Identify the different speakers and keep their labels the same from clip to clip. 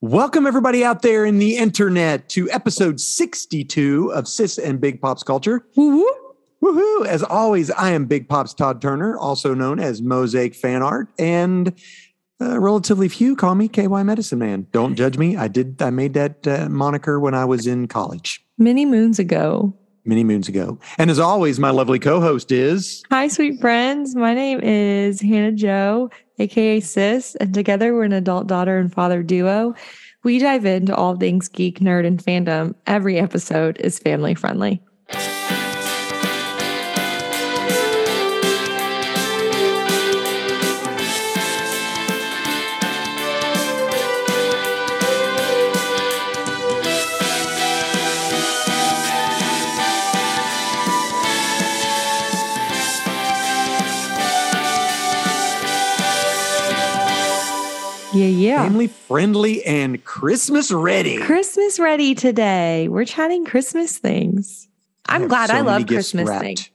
Speaker 1: Welcome, everybody out there in the internet, to episode 62 of Sis and Big Pops Culture. Woohoo! As always, I am Big Pops Todd Turner, also known as Mosaic Fan Art, and uh, relatively few call me KY Medicine Man. Don't judge me. I did. I made that uh, moniker when I was in college
Speaker 2: Many moons ago.
Speaker 1: many moons ago. And as always, my lovely co-host is
Speaker 2: Hi, sweet friends. My name is Hannah Joe, aka Sis, and together we're an adult daughter and father duo. We dive into all things geek, nerd, and fandom. Every episode is family friendly. Yeah, yeah.
Speaker 1: family friendly and Christmas ready.
Speaker 2: Christmas ready today. We're chatting Christmas things. I'm
Speaker 1: have
Speaker 2: glad
Speaker 1: so
Speaker 2: I
Speaker 1: many
Speaker 2: love
Speaker 1: gifts
Speaker 2: Christmas
Speaker 1: wrapped.
Speaker 2: things.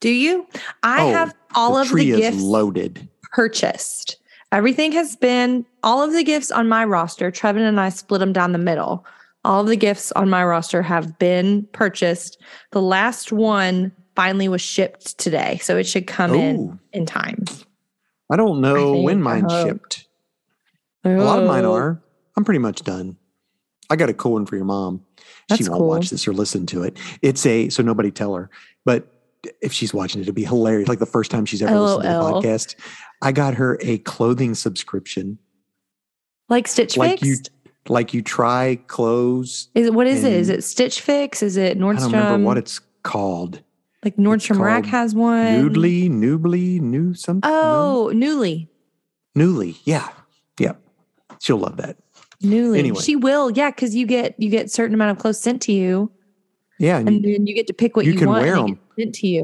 Speaker 2: Do you? I
Speaker 1: Oh,
Speaker 2: have all
Speaker 1: the
Speaker 2: of
Speaker 1: tree
Speaker 2: the
Speaker 1: is
Speaker 2: gifts.
Speaker 1: loaded.
Speaker 2: purchased. Everything has been all of the gifts on my roster. Trevin and I split them down the middle. All of the gifts on my roster have been purchased. The last one finally was shipped today, so it should come in
Speaker 1: Oh,
Speaker 2: in time.
Speaker 1: I don't know
Speaker 2: I
Speaker 1: when
Speaker 2: think, I
Speaker 1: mine
Speaker 2: hope. Oh.
Speaker 1: shipped. A lot of mine are. I'm pretty much done. I got a cool one for your mom. she
Speaker 2: That's
Speaker 1: won't
Speaker 2: cool.
Speaker 1: watch this or listen to it. It's a so nobody tell her. But if she's watching it, it'd be hilarious. Like the first time she's ever listened to
Speaker 2: LOL.
Speaker 1: the podcast. I got her a clothing subscription.
Speaker 2: like Stitch
Speaker 1: Like you-
Speaker 2: Fix.
Speaker 1: Like you try clothes.
Speaker 2: Is it what is it? Is
Speaker 1: and-
Speaker 2: it Stitch Fix? Is it Nordstrom?
Speaker 1: I don't remember
Speaker 2: um,
Speaker 1: what it's called.
Speaker 2: like Nordstrom Rack
Speaker 1: called
Speaker 2: has one.
Speaker 1: Nudely, newly, new something.
Speaker 2: Oh, Newly.
Speaker 1: newly. Yeah, yeah. She'll love that.
Speaker 2: Newly.
Speaker 1: Anyway.
Speaker 2: She will, yeah, because you get you get certain amount of clothes sent to you.
Speaker 1: Yeah, and
Speaker 2: and
Speaker 1: you,
Speaker 2: then you get to pick what
Speaker 1: you
Speaker 2: you,
Speaker 1: can
Speaker 2: want
Speaker 1: wear
Speaker 2: and it
Speaker 1: 'em.
Speaker 2: gets sent to you.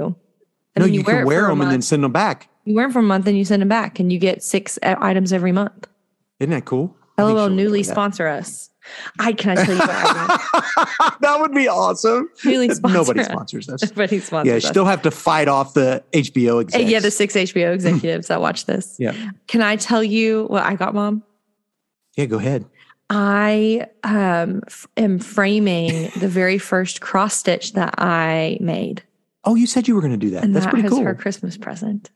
Speaker 2: And
Speaker 1: no,
Speaker 2: then
Speaker 1: you,
Speaker 2: wear
Speaker 1: can
Speaker 2: it
Speaker 1: wear
Speaker 2: for a
Speaker 1: them and then
Speaker 2: month.
Speaker 1: send them back.
Speaker 2: you wear them for a month and you send them back, and you get six uh, items every month.
Speaker 1: Isn't that cool? I think
Speaker 2: LOL,
Speaker 1: she'll enjoy
Speaker 2: newly
Speaker 1: that.
Speaker 2: sponsor us. I can I tell you what I want?
Speaker 1: that would be awesome.
Speaker 2: newly sponsor
Speaker 1: Nobody
Speaker 2: us.
Speaker 1: sponsors us.
Speaker 2: Nobody sponsors
Speaker 1: Yeah, you
Speaker 2: us.
Speaker 1: still have to fight off the HBO
Speaker 2: Uh,
Speaker 1: execs.
Speaker 2: yeah, the six HBO executives that watch this.
Speaker 1: Yeah.
Speaker 2: Can I tell you what I got, Mom?
Speaker 1: Yeah, go ahead.
Speaker 2: I um, f- am framing the very first cross stitch that I made,
Speaker 1: Oh, you said you were going to do that.
Speaker 2: and
Speaker 1: That's
Speaker 2: that
Speaker 1: pretty
Speaker 2: was
Speaker 1: cool.
Speaker 2: her Christmas present.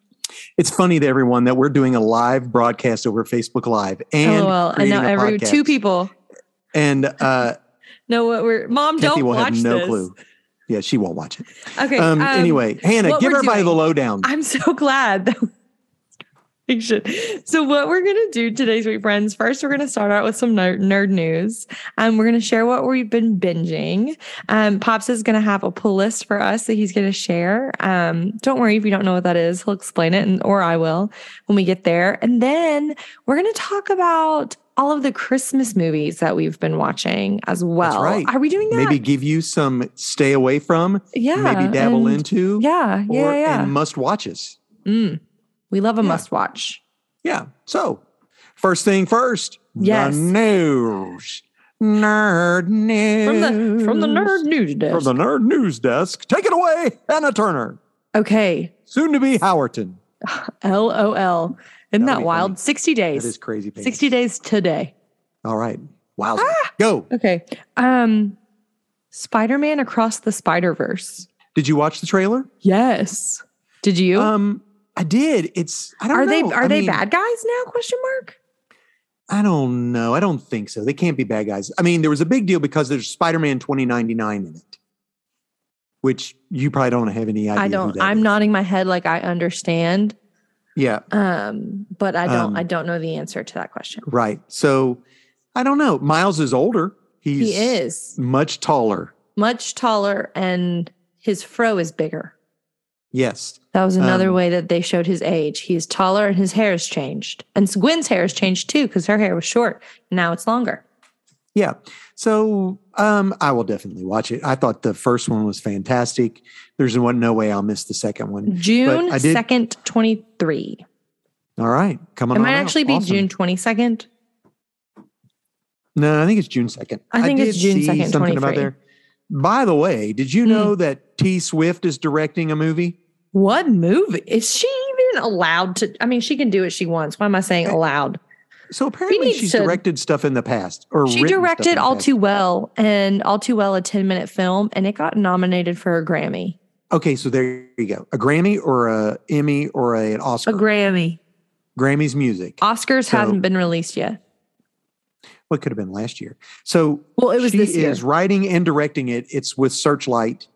Speaker 1: It's funny to everyone that we're doing a live broadcast over Facebook Live and
Speaker 2: LOL, and
Speaker 1: creating
Speaker 2: now
Speaker 1: a
Speaker 2: every two
Speaker 1: podcast.
Speaker 2: people
Speaker 1: and uh,
Speaker 2: know what we're. Mom,
Speaker 1: Kathy
Speaker 2: don't
Speaker 1: will
Speaker 2: watch
Speaker 1: have no
Speaker 2: this.
Speaker 1: clue. Yeah, she won't watch it.
Speaker 2: Okay.
Speaker 1: um, anyway, Hannah,
Speaker 2: what
Speaker 1: give
Speaker 2: we're
Speaker 1: everybody the
Speaker 2: doing-
Speaker 1: lowdown.
Speaker 2: I'm so glad that we should. So, what we're going to do today, sweet friends, first, we're going to start out with some nerd, nerd news. Um, we're going to share what we've been binging. Um, Pops is going to have a pull list for us that he's going to share. Um, don't worry if you don't know what that is, he'll explain it, and, or I will when we get there. And then we're going to talk about all of the Christmas movies that we've been watching as well.
Speaker 1: right.
Speaker 2: Are we doing that?
Speaker 1: Maybe give you some stay away from,
Speaker 2: yeah.
Speaker 1: maybe dabble
Speaker 2: and-
Speaker 1: into,
Speaker 2: Yeah. Yeah.
Speaker 1: or
Speaker 2: yeah.
Speaker 1: and must watches.
Speaker 2: Mm. We love a
Speaker 1: Yeah.
Speaker 2: must watch.
Speaker 1: Yeah. So, first thing first,
Speaker 2: Yes.
Speaker 1: the news, nerd news
Speaker 2: From the from the nerd news
Speaker 1: from
Speaker 2: desk.
Speaker 1: the nerd news desk. Take it away, Hannah Turner,
Speaker 2: okay.
Speaker 1: soon to be Howerton.
Speaker 2: LOL. Isn't
Speaker 1: That'll
Speaker 2: that
Speaker 1: be
Speaker 2: wild?
Speaker 1: funny.
Speaker 2: 60
Speaker 1: That is
Speaker 2: days.
Speaker 1: crazy. Pants.
Speaker 2: 60 days Ah! today.
Speaker 1: All right. Wow. Go.
Speaker 2: Okay. Um Spider-Man across the Spider-Verse.
Speaker 1: Did you watch the trailer?
Speaker 2: Yes. Did you?
Speaker 1: Um, I did. It's. I don't
Speaker 2: are
Speaker 1: know.
Speaker 2: they are
Speaker 1: I
Speaker 2: they
Speaker 1: mean,
Speaker 2: bad guys now? Question mark.
Speaker 1: I don't know. I don't think so. They can't be bad guys. I mean, there was a big deal because there's Spider-Man 2099 in it, which you probably don't have any idea.
Speaker 2: I
Speaker 1: who
Speaker 2: don't
Speaker 1: that
Speaker 2: I'm
Speaker 1: is.
Speaker 2: nodding my head like I understand.
Speaker 1: Yeah,
Speaker 2: Um, but I don't
Speaker 1: Um,
Speaker 2: I don't know the answer to that question.
Speaker 1: right. So I don't know. Miles is older. He's
Speaker 2: he is
Speaker 1: much taller.
Speaker 2: much taller and his fro is bigger.
Speaker 1: Yes.
Speaker 2: That was another
Speaker 1: Um,
Speaker 2: way that they showed his age. He is taller and his hair is changed. And Gwen's hair is changed too because her hair was short. Now it's longer.
Speaker 1: Yeah. So um, I will definitely watch it. I thought the first one was fantastic. There's no no way I'll miss the second one.
Speaker 2: June
Speaker 1: I did-
Speaker 2: 2nd, 23.
Speaker 1: All right, coming.
Speaker 2: Mm-hmm. It
Speaker 1: on
Speaker 2: might
Speaker 1: out.
Speaker 2: actually be
Speaker 1: Awesome.
Speaker 2: June 22nd.
Speaker 1: No, I think it's June second.
Speaker 2: I think it's June 2nd,
Speaker 1: Something about
Speaker 2: 23.
Speaker 1: there. By the way, did you
Speaker 2: Mm.
Speaker 1: know that T Swift is directing a movie?
Speaker 2: What movie? Is she even allowed to? I mean, she can do what she wants. Why am I saying allowed?
Speaker 1: So apparently
Speaker 2: needs
Speaker 1: she's
Speaker 2: to-
Speaker 1: directed stuff in the past. Or
Speaker 2: She
Speaker 1: written stuff in
Speaker 2: directed
Speaker 1: the
Speaker 2: All
Speaker 1: past.
Speaker 2: Too Well and All Too Well, a 10 minute film, and it got nominated for a Grammy.
Speaker 1: Okay, so there you go. A Grammy or a Emmy or a, an Oscar.
Speaker 2: A Grammy.
Speaker 1: Grammy's music.
Speaker 2: Oscars
Speaker 1: So-
Speaker 2: hasn't been released yet.
Speaker 1: What could have been last year? So
Speaker 2: Well, it was
Speaker 1: she
Speaker 2: this year.
Speaker 1: is writing and directing it. It's with Searchlight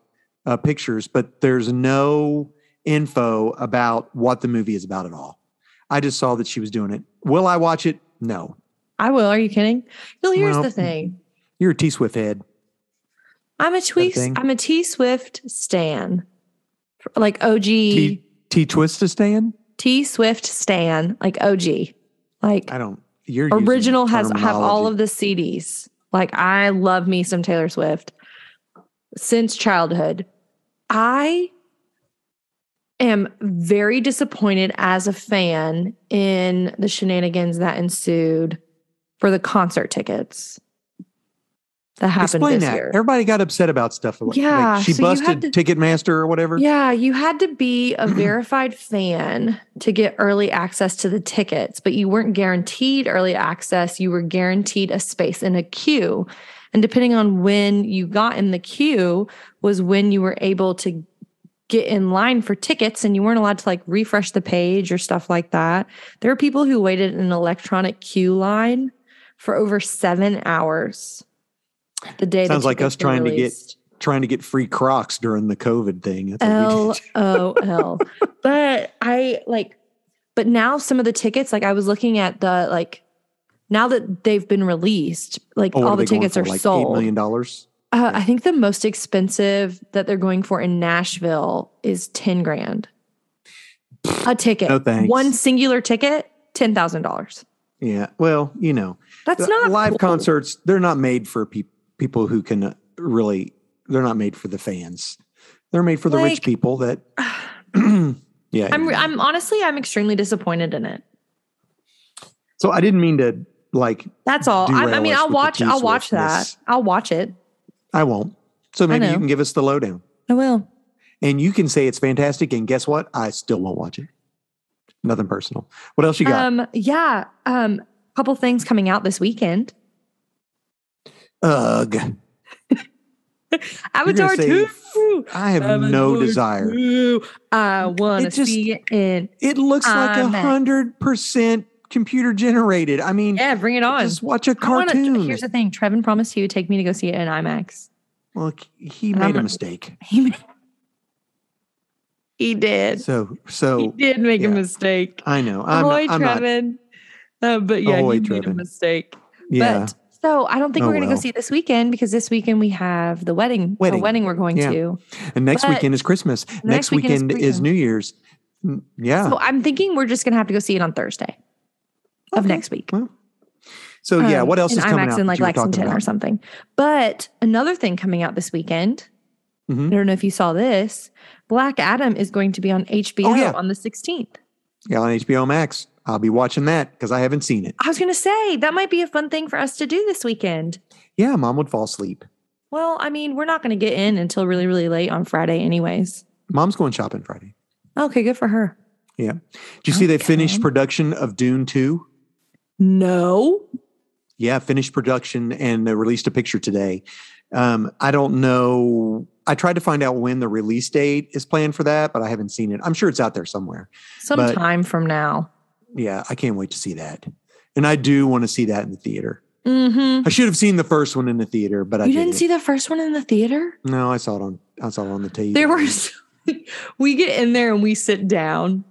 Speaker 1: uh, Pictures, but there's no info about what the movie is about at all. I just saw that she was doing it. Will I watch it? No.
Speaker 2: I will. Are you kidding? No, here's
Speaker 1: Well,
Speaker 2: the thing.
Speaker 1: You're a T Swift head.
Speaker 2: I'm a T.
Speaker 1: thing.
Speaker 2: I'm a T Swift stan, like OG
Speaker 1: T Twist to stand?
Speaker 2: T Swift stan, like OG, like
Speaker 1: I don't. You're using
Speaker 2: original has have all
Speaker 1: terminology.
Speaker 2: of the CDs. Like I love me some Taylor Swift since childhood. I am very disappointed as a fan in the shenanigans that ensued for the concert tickets that happened
Speaker 1: Explain
Speaker 2: this
Speaker 1: that.
Speaker 2: year.
Speaker 1: Everybody got upset about stuff. like- like
Speaker 2: Yeah,
Speaker 1: she
Speaker 2: so you had
Speaker 1: busted Ticketmaster or whatever.
Speaker 2: Yeah, you had to be a verified fan to get early access to the tickets, but you weren't guaranteed early access. You were guaranteed a space in a queue. And depending on when you got in the queue, was when you were able to get in line for tickets and you weren't allowed to like refresh the page or stuff like that. There are people who waited in an electronic queue line for over seven hours the day the
Speaker 1: Sounds like
Speaker 2: tickets
Speaker 1: us
Speaker 2: been
Speaker 1: trying to get
Speaker 2: released.
Speaker 1: Trying to get free Crocs during the COVID thing. That's what we
Speaker 2: L
Speaker 1: did.
Speaker 2: O L. But I like, but now some of the tickets, like I was looking at the like, now that they've been released, like
Speaker 1: Oh, what
Speaker 2: all the
Speaker 1: they going
Speaker 2: tickets
Speaker 1: for,
Speaker 2: are
Speaker 1: like Eight
Speaker 2: sold.
Speaker 1: million dollars.
Speaker 2: Uh, I think the most expensive that they're going for in Nashville is ten grand. A ticket,
Speaker 1: No thanks.
Speaker 2: one singular ticket, ten thousand dollars.
Speaker 1: Yeah. Well, you know,
Speaker 2: That's
Speaker 1: the
Speaker 2: not
Speaker 1: live
Speaker 2: cool.
Speaker 1: concerts. They're not made for peop people who can uh, really. They're not made for the fans. They're made for the rich
Speaker 2: Like-
Speaker 1: people. That. yeah.
Speaker 2: I'm,
Speaker 1: anyway.
Speaker 2: I'm honestly, I'm extremely disappointed in it.
Speaker 1: so I didn't mean to like.
Speaker 2: That's all. I, I
Speaker 1: Derail
Speaker 2: mean,
Speaker 1: us
Speaker 2: I'll
Speaker 1: with the
Speaker 2: watch. I'll watch that.
Speaker 1: T-Swiftness.
Speaker 2: I'll watch it.
Speaker 1: I won't. So maybe you
Speaker 2: know.
Speaker 1: can give us the lowdown,
Speaker 2: I will.
Speaker 1: and you can say it's fantastic. And guess what? I still won't watch it. Nothing personal. What else you got?
Speaker 2: Um, yeah. Um, couple things coming out this weekend.
Speaker 1: Ugh.
Speaker 2: Avatar
Speaker 1: say,
Speaker 2: two.
Speaker 1: I have no
Speaker 2: Avatar
Speaker 1: desire.
Speaker 2: 2. I want to
Speaker 1: It just-
Speaker 2: see it in.
Speaker 1: It looks like a
Speaker 2: I'm back.
Speaker 1: hundred percent computer generated. I mean,
Speaker 2: Yeah, bring it on.
Speaker 1: just watch a
Speaker 2: I wanna-
Speaker 1: cartoon.
Speaker 2: here's the thing. Trevin promised he would take me to go see it in IMAX.
Speaker 1: Look, he
Speaker 2: And
Speaker 1: made
Speaker 2: I'm
Speaker 1: a
Speaker 2: a-
Speaker 1: mistake.
Speaker 2: He, he did.
Speaker 1: So,
Speaker 2: He
Speaker 1: so
Speaker 2: did make
Speaker 1: yeah.
Speaker 2: a mistake.
Speaker 1: I know. I'm,
Speaker 2: Ahoy,
Speaker 1: I'm not.
Speaker 2: Trevin. Uh, but yeah,
Speaker 1: Ahoy,
Speaker 2: he made a
Speaker 1: Trevin.
Speaker 2: mistake.
Speaker 1: Yeah.
Speaker 2: But so I don't think
Speaker 1: Oh,
Speaker 2: we're going to
Speaker 1: well.
Speaker 2: go see it this weekend because this weekend we have the wedding.
Speaker 1: Wedding.
Speaker 2: The wedding we're going
Speaker 1: Yeah.
Speaker 2: to.
Speaker 1: and next
Speaker 2: but-
Speaker 1: weekend is Christmas. Next, weekend, is,
Speaker 2: Christmas.
Speaker 1: New Year's. Mm, Yeah.
Speaker 2: So I'm thinking we're just going to have to go see it on Thursday of
Speaker 1: Okay.
Speaker 2: next week.
Speaker 1: So, yeah.
Speaker 2: Um,
Speaker 1: What else
Speaker 2: in
Speaker 1: is coming
Speaker 2: IMAX
Speaker 1: out?
Speaker 2: in
Speaker 1: that
Speaker 2: like
Speaker 1: you were talking
Speaker 2: Lexington or
Speaker 1: about?
Speaker 2: something. But another thing coming out this weekend.
Speaker 1: Mhm.
Speaker 2: I don't know if you saw this. Black Adam is going to be on HBO
Speaker 1: Oh, yeah.
Speaker 2: on the 16th.
Speaker 1: Yeah, on HBO Max. I'll be watching that because I haven't seen it.
Speaker 2: I was going to say that might be a fun thing for us to do this weekend.
Speaker 1: Yeah, Mom would fall asleep.
Speaker 2: Well, I mean, we're not going to get in until really, really late on Friday, anyways.
Speaker 1: Mom's going shopping Friday.
Speaker 2: Okay, good for her.
Speaker 1: Did you see they finished
Speaker 2: Okay.
Speaker 1: production of Dune Two?
Speaker 2: No.
Speaker 1: yeah, finished production and they released a picture today. Um, I don't know. I tried to find out when the release date is planned for that, but I haven't seen it. I'm sure it's out there somewhere. But-
Speaker 2: Sometime from now.
Speaker 1: Yeah, I can't wait to see that. And I do want to see that in the theater.
Speaker 2: Mm-hmm.
Speaker 1: I should have seen the first one in the theater, but I
Speaker 2: You didn't
Speaker 1: didn't.
Speaker 2: see the first one in the theater?
Speaker 1: No, I saw it on. I saw it on the TV.
Speaker 2: there were so- we get in there and we sit down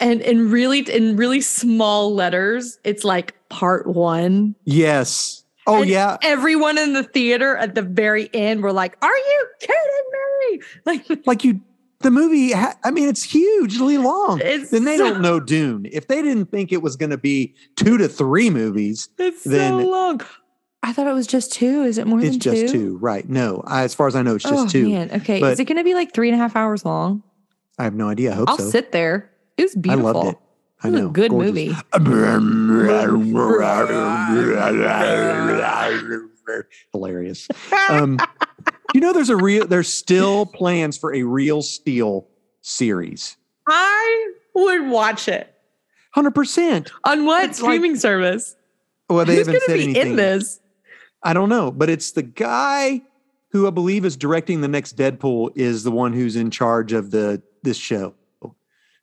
Speaker 2: and in really in really small letters it's like part one
Speaker 1: Yes. Oh
Speaker 2: And
Speaker 1: yeah.
Speaker 2: everyone in the theater at the very end were like are you kidding me like
Speaker 1: Like you, the movie. ha- I mean, it's hugely long.
Speaker 2: it's
Speaker 1: Then they
Speaker 2: so,
Speaker 1: don't know Dune. If they didn't think it was going to be two to three movies,
Speaker 2: it's
Speaker 1: then-
Speaker 2: so long i thought it was just two is it more
Speaker 1: It's
Speaker 2: than
Speaker 1: just two, right? No, I, as far as I know, it's just
Speaker 2: Oh,
Speaker 1: two.
Speaker 2: man okay
Speaker 1: But-
Speaker 2: is it gonna be like three and a half hours long
Speaker 1: I have no idea. I hope
Speaker 2: i'll
Speaker 1: so.
Speaker 2: sit there it was
Speaker 1: I
Speaker 2: beautiful
Speaker 1: loved it. I
Speaker 2: It was
Speaker 1: know.
Speaker 2: a good
Speaker 1: Gorgeous.
Speaker 2: movie
Speaker 1: Hilarious. Um, you know, there's a real. There's still plans for a real steel series.
Speaker 2: i would watch it
Speaker 1: Hundred percent.
Speaker 2: on what
Speaker 1: It's like-
Speaker 2: streaming service
Speaker 1: Well, they
Speaker 2: Who's
Speaker 1: haven't
Speaker 2: going to
Speaker 1: said
Speaker 2: be
Speaker 1: anything.
Speaker 2: in this?
Speaker 1: I don't know, but it's the guy who I believe is directing the next Deadpool is the one who's in charge of the this show,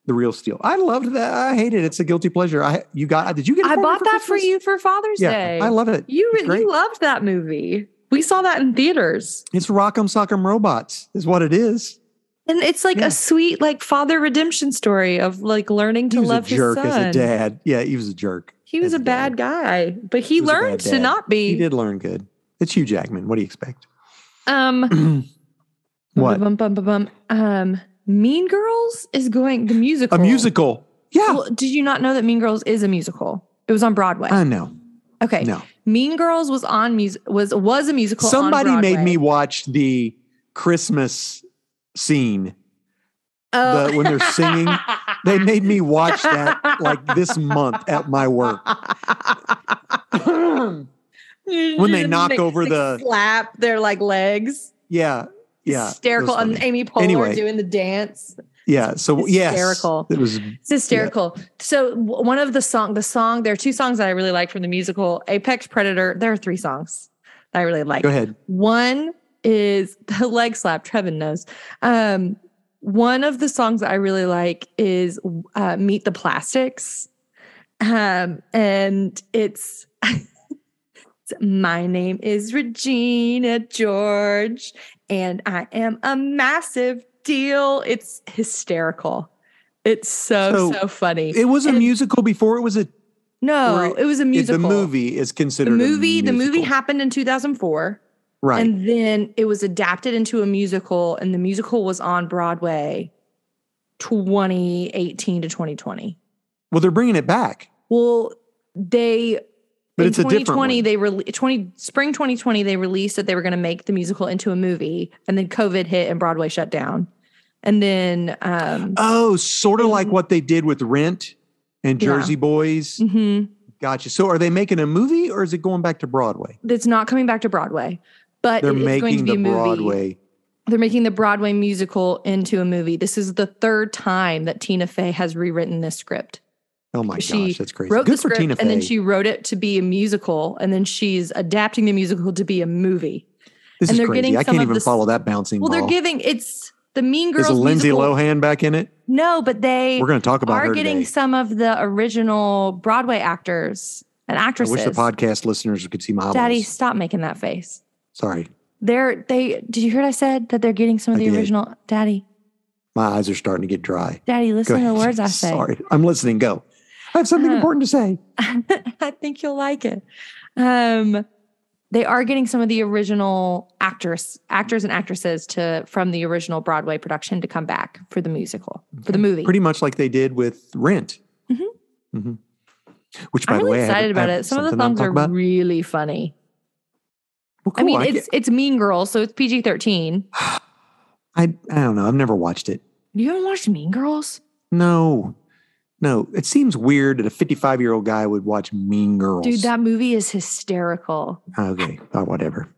Speaker 1: The Real Steel. I loved that. I hate it. It's a guilty pleasure. I you got did you get? it
Speaker 2: I
Speaker 1: me
Speaker 2: bought that for
Speaker 1: Christmas?
Speaker 2: you for Father's
Speaker 1: Yeah,
Speaker 2: Day.
Speaker 1: I love it.
Speaker 2: you
Speaker 1: It's
Speaker 2: really
Speaker 1: great.
Speaker 2: loved that movie. We saw that in theaters.
Speaker 1: It's Rock'em Sock'em Robots is what it is.
Speaker 2: And it's like
Speaker 1: Yeah.
Speaker 2: a sweet like father redemption story of like learning
Speaker 1: He
Speaker 2: to
Speaker 1: was
Speaker 2: love
Speaker 1: a jerk
Speaker 2: his son.
Speaker 1: as a dad. Yeah, he was a jerk.
Speaker 2: He was
Speaker 1: as
Speaker 2: a
Speaker 1: a
Speaker 2: bad guy, but he,
Speaker 1: He was a bad
Speaker 2: learned to
Speaker 1: dad.
Speaker 2: not be.
Speaker 1: He did learn good. It's Hugh Jackman. What do you expect?
Speaker 2: Um
Speaker 1: what?
Speaker 2: Bum, bum, bum, bum, bum. Um, Mean Girls is going the musical.
Speaker 1: A musical. Yeah.
Speaker 2: Well, did you not know that Mean Girls is a musical? It was on Broadway.
Speaker 1: I know.
Speaker 2: okay.
Speaker 1: No.
Speaker 2: Mean Girls was on music was was a musical. on
Speaker 1: Somebody made
Speaker 2: Broadway.
Speaker 1: me watch the Christmas scene.
Speaker 2: Oh.
Speaker 1: the- when they're singing, They made me watch that like this month at my work.
Speaker 2: when
Speaker 1: they knock over the-
Speaker 2: slap their like legs.
Speaker 1: yeah. Yeah.
Speaker 2: hysterical.
Speaker 1: That was
Speaker 2: And
Speaker 1: funny.
Speaker 2: Amy Poehler
Speaker 1: Anyway.
Speaker 2: doing the dance.
Speaker 1: Yeah. So yes.
Speaker 2: hysterical.
Speaker 1: It was
Speaker 2: It's hysterical. So w- one of the song, the song, there are two songs that I really like from the musical Apex Predator. There are three songs that I really like.
Speaker 1: go ahead.
Speaker 2: One is the leg slap. Trevin knows. Um, one of the songs that I really like is uh, "Meet the Plastics," um, and it's, it's, "My name is Regina George, and I am a massive deal." It's hysterical. It's so
Speaker 1: So,
Speaker 2: so, funny.
Speaker 1: It was a
Speaker 2: And-
Speaker 1: musical before it was a
Speaker 2: no,
Speaker 1: or
Speaker 2: it was a musical.
Speaker 1: the movie is
Speaker 2: The
Speaker 1: considered a
Speaker 2: movie. The movie
Speaker 1: musical.
Speaker 2: happened in two thousand four.
Speaker 1: right.
Speaker 2: And then it was adapted into a musical, and the musical was on Broadway 2018 to 2020.
Speaker 1: well, they're bringing it back.
Speaker 2: Well, they
Speaker 1: But
Speaker 2: in
Speaker 1: it's a different
Speaker 2: 2020
Speaker 1: one.
Speaker 2: they rele 20 spring 2020 they released that they were going to make the musical into a movie, and then COVID hit and Broadway shut down. And then um
Speaker 1: Oh, sort of like
Speaker 2: Mhm.
Speaker 1: what they did with Rent and
Speaker 2: Yeah.
Speaker 1: Jersey Boys.
Speaker 2: mhm,
Speaker 1: Gotcha. So are they making a movie or is it going back to Broadway?
Speaker 2: it's not coming back to Broadway, but
Speaker 1: They're
Speaker 2: it is going to
Speaker 1: making
Speaker 2: be
Speaker 1: the
Speaker 2: a movie.
Speaker 1: Broadway.
Speaker 2: They're making the Broadway musical into a movie. This is the third time that Tina Fey has rewritten this script.
Speaker 1: Oh my
Speaker 2: She
Speaker 1: gosh, that's crazy.
Speaker 2: wrote
Speaker 1: Good
Speaker 2: the
Speaker 1: for
Speaker 2: script
Speaker 1: Tina Fey.
Speaker 2: and then she wrote it to be a musical and then she's adapting the musical to be a movie.
Speaker 1: this
Speaker 2: and
Speaker 1: is
Speaker 2: they're
Speaker 1: crazy.
Speaker 2: getting
Speaker 1: I
Speaker 2: some
Speaker 1: can't
Speaker 2: of
Speaker 1: even
Speaker 2: this-
Speaker 1: follow that bouncing
Speaker 2: Well, they're
Speaker 1: ball.
Speaker 2: giving it's the Mean Girls
Speaker 1: is Lindsay
Speaker 2: musical.
Speaker 1: Lohan back in it?
Speaker 2: No, but they
Speaker 1: We're going to talk about
Speaker 2: are
Speaker 1: her
Speaker 2: getting
Speaker 1: today.
Speaker 2: some of the original Broadway actors and
Speaker 1: I
Speaker 2: actresses.
Speaker 1: wish the podcast listeners could see my eyeballs.
Speaker 2: Daddy, stop making that face.
Speaker 1: Sorry,
Speaker 2: They're they did you hear what I said that they're getting some of
Speaker 1: I
Speaker 2: the
Speaker 1: did.
Speaker 2: original Daddy.
Speaker 1: my eyes are starting to get dry.
Speaker 2: Daddy,
Speaker 1: Go
Speaker 2: listen to the
Speaker 1: ahead.
Speaker 2: words I say.
Speaker 1: Sorry, I'm listening. Go. I have something
Speaker 2: Uh,
Speaker 1: important to say.
Speaker 2: I think you'll like it. Um, they are getting some of the original actors, actors and actresses to from the original Broadway production to come back for the musical for the movie.
Speaker 1: Pretty much like they did with Rent.
Speaker 2: Mhm.
Speaker 1: Mhm. Which, by
Speaker 2: I'm
Speaker 1: the way,
Speaker 2: really
Speaker 1: I have-
Speaker 2: excited
Speaker 1: I
Speaker 2: about
Speaker 1: have
Speaker 2: it. Some of the
Speaker 1: something I'm
Speaker 2: songs are
Speaker 1: talking about.
Speaker 2: really funny.
Speaker 1: Well,
Speaker 2: I mean,
Speaker 1: cool.
Speaker 2: it's it's Mean Girls, so it's PG thirteen.
Speaker 1: I, I don't know. I've never watched it.
Speaker 2: You haven't watched Mean Girls?
Speaker 1: No, no. It seems weird that a 55 year old guy would watch Mean Girls.
Speaker 2: Dude, that movie is hysterical.
Speaker 1: Okay, oh, whatever.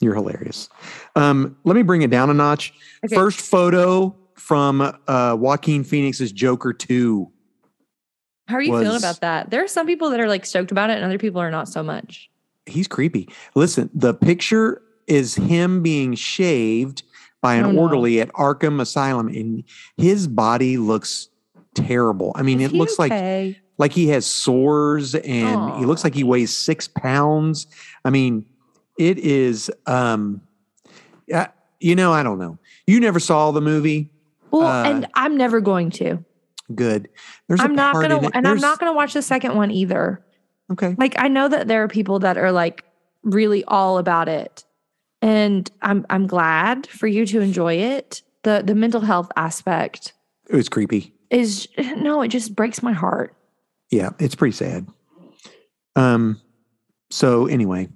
Speaker 1: You're hilarious. Um, let me bring it down a notch.
Speaker 2: Okay.
Speaker 1: First photo from uh, Joaquin Phoenix's Joker 2.
Speaker 2: How are you feeling
Speaker 1: was-
Speaker 2: about that? There are some people that are like stoked about it, and other people are not so much.
Speaker 1: He's creepy. Listen, the picture is him being shaved by an
Speaker 2: Oh, no.
Speaker 1: orderly at Arkham Asylum, and his body looks terrible. I mean,
Speaker 2: Is
Speaker 1: it
Speaker 2: he
Speaker 1: looks like
Speaker 2: okay?
Speaker 1: like he has sores and he looks
Speaker 2: Aw.
Speaker 1: like he weighs six pounds i mean it is um yeah, you know i don't know you never saw the movie
Speaker 2: well,
Speaker 1: uh,
Speaker 2: and I'm never going to.
Speaker 1: good there's a
Speaker 2: I'm not
Speaker 1: part in
Speaker 2: gonna,
Speaker 1: it-
Speaker 2: and I'm
Speaker 1: there's-
Speaker 2: not gonna watch the second one either.
Speaker 1: okay
Speaker 2: Like I know that there are people that are like really all about it, and I'm I'm glad for you to enjoy it. the The mental health aspect
Speaker 1: it was creepy
Speaker 2: is no, it just breaks my heart.
Speaker 1: yeah it's pretty sad um so anyway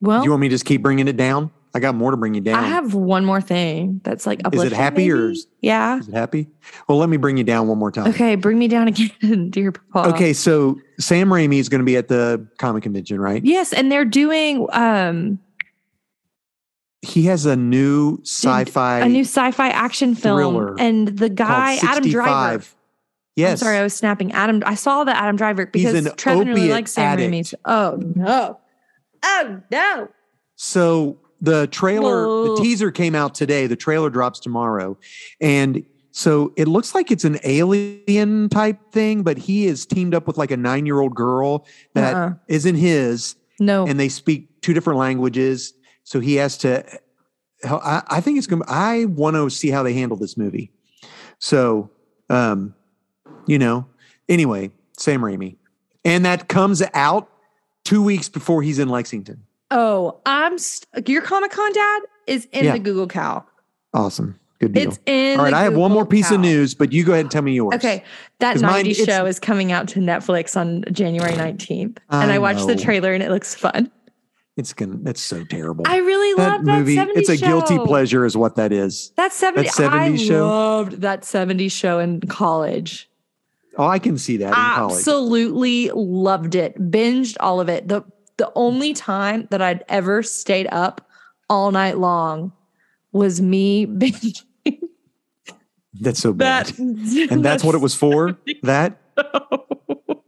Speaker 2: Well,
Speaker 1: you want me to just keep bringing it down i got more to bring you down
Speaker 2: I have one more thing that's like
Speaker 1: Is it
Speaker 2: uplifting,
Speaker 1: happy or
Speaker 2: maybe?
Speaker 1: is-
Speaker 2: yeah?
Speaker 1: is it happy well let me bring you down one more time
Speaker 2: Okay, bring me down again, dear Paul.
Speaker 1: okay so sam raimi is going to be at the comic convention right
Speaker 2: Yes, and they're doing um
Speaker 1: he has a new sci-fi
Speaker 2: a new sci-fi action film,
Speaker 1: Thriller
Speaker 2: and the guy
Speaker 1: called
Speaker 2: Adam Driver.
Speaker 1: 65.
Speaker 2: I'm
Speaker 1: Yes.
Speaker 2: sorry, I was snapping. Adam, I saw the Adam Driver because
Speaker 1: an
Speaker 2: Trevin really
Speaker 1: opiate
Speaker 2: likes Sam
Speaker 1: addict.
Speaker 2: Raimi's. Oh no! Oh no!
Speaker 1: So the trailer,
Speaker 2: Whoa.
Speaker 1: the teaser came out today. The trailer drops tomorrow. And so it looks like it's an alien type thing, but he is teamed up with like a nine year old girl that
Speaker 2: Uh-uh.
Speaker 1: not his,
Speaker 2: No.
Speaker 1: and they speak two different languages. So he has to. hell, I, I think it's going to, I want to see how they handle this movie. So, um, you know, anyway, Sam Raimi. And that comes out two weeks before he's in Lexington.
Speaker 2: oh, I'm st- your Comic Con dad is in
Speaker 1: Yeah.
Speaker 2: the Google Cal.
Speaker 1: Awesome. Good deal.
Speaker 2: It's in.
Speaker 1: All right,
Speaker 2: the
Speaker 1: I have one more
Speaker 2: Google
Speaker 1: piece of
Speaker 2: Cal.
Speaker 1: news, but you go ahead and tell me yours.
Speaker 2: Okay, that
Speaker 1: 'Cause mine-
Speaker 2: 90s
Speaker 1: it's-
Speaker 2: show is coming out to Netflix on January 19th, and
Speaker 1: I
Speaker 2: I watched the
Speaker 1: know.
Speaker 2: trailer and it looks fun.
Speaker 1: It's gonna that's so terrible.
Speaker 2: I really love that
Speaker 1: movie,
Speaker 2: 70s
Speaker 1: it's a guilty
Speaker 2: show.
Speaker 1: pleasure, is what that is.
Speaker 2: That 70,
Speaker 1: That 70s
Speaker 2: I
Speaker 1: show?
Speaker 2: loved that 70s show in college.
Speaker 1: Oh, I can see that in
Speaker 2: Ah,
Speaker 1: college.
Speaker 2: Absolutely loved it. Binged all of it. The the only time that I'd ever stayed up all night long was me binging
Speaker 1: That's so bad.
Speaker 2: that.
Speaker 1: and that's what it was for? That?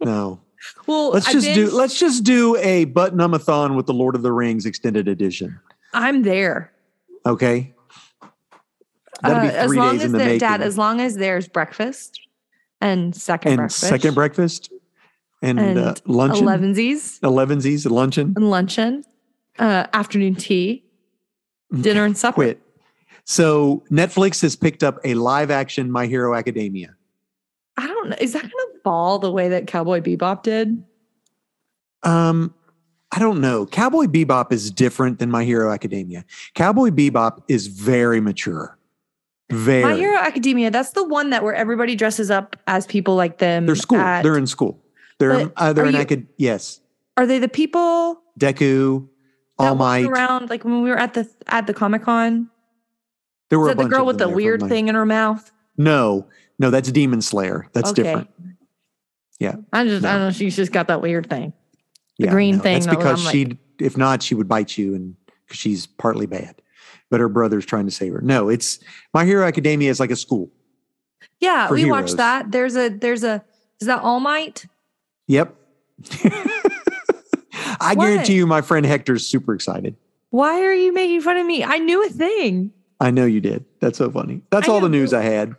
Speaker 1: No.
Speaker 2: well,
Speaker 1: Let's
Speaker 2: I
Speaker 1: just do
Speaker 2: binged-
Speaker 1: let's just do a button umathon with the Lord of the Rings extended edition.
Speaker 2: I'm there.
Speaker 1: Okay. That'll
Speaker 2: Uh,
Speaker 1: be
Speaker 2: as
Speaker 1: three
Speaker 2: long
Speaker 1: days
Speaker 2: as
Speaker 1: in the
Speaker 2: there-
Speaker 1: making.
Speaker 2: Dad, as long as there's breakfast and second
Speaker 1: and
Speaker 2: breakfast,
Speaker 1: second breakfast and, uh,
Speaker 2: And
Speaker 1: luncheon.
Speaker 2: elevensies
Speaker 1: Elevensies, luncheon.
Speaker 2: and luncheon, uh, afternoon tea, dinner and supper.
Speaker 1: Mm, quit. So Netflix has picked up a live action My Hero Academia.
Speaker 2: I don't know. Is that gonna fall the way that Cowboy Bebop did?
Speaker 1: Um, I don't know. Cowboy Bebop is different than My Hero Academia. Cowboy Bebop is very mature. Very.
Speaker 2: My Hero Academia. That's the one that where everybody dresses up as people like them.
Speaker 1: they're school.
Speaker 2: at-
Speaker 1: they're in school. They're
Speaker 2: But
Speaker 1: uh, they're
Speaker 2: are
Speaker 1: in
Speaker 2: you-
Speaker 1: acad- yes.
Speaker 2: are they the people
Speaker 1: Deku,
Speaker 2: that
Speaker 1: All
Speaker 2: walked
Speaker 1: Might.
Speaker 2: around like when we were at the at the Comic Con?
Speaker 1: There
Speaker 2: Is
Speaker 1: were a
Speaker 2: that the
Speaker 1: bunch
Speaker 2: girl
Speaker 1: of
Speaker 2: with
Speaker 1: them there
Speaker 2: the
Speaker 1: from
Speaker 2: weird
Speaker 1: my-
Speaker 2: thing in her mouth?
Speaker 1: No, no, that's Demon Slayer. That's
Speaker 2: Okay.
Speaker 1: different. Yeah,
Speaker 2: I just I
Speaker 1: no.
Speaker 2: don't know. She's just got that weird thing. The green thing
Speaker 1: That's
Speaker 2: that was-
Speaker 1: because
Speaker 2: I'm like-
Speaker 1: she, if not, she would bite you, and because she's partly bad, but her brother's trying to save her. No, it's My Hero Academia is like a school.
Speaker 2: Yeah,
Speaker 1: for
Speaker 2: we
Speaker 1: heroes.
Speaker 2: watched that. There's a there's a is that All Might?
Speaker 1: Yep. I
Speaker 2: What?
Speaker 1: guarantee you, my friend Hector's super excited.
Speaker 2: Why are you making fun of me? I knew a thing.
Speaker 1: I know you did. That's so funny. That's
Speaker 2: I
Speaker 1: all the
Speaker 2: know.
Speaker 1: news I had.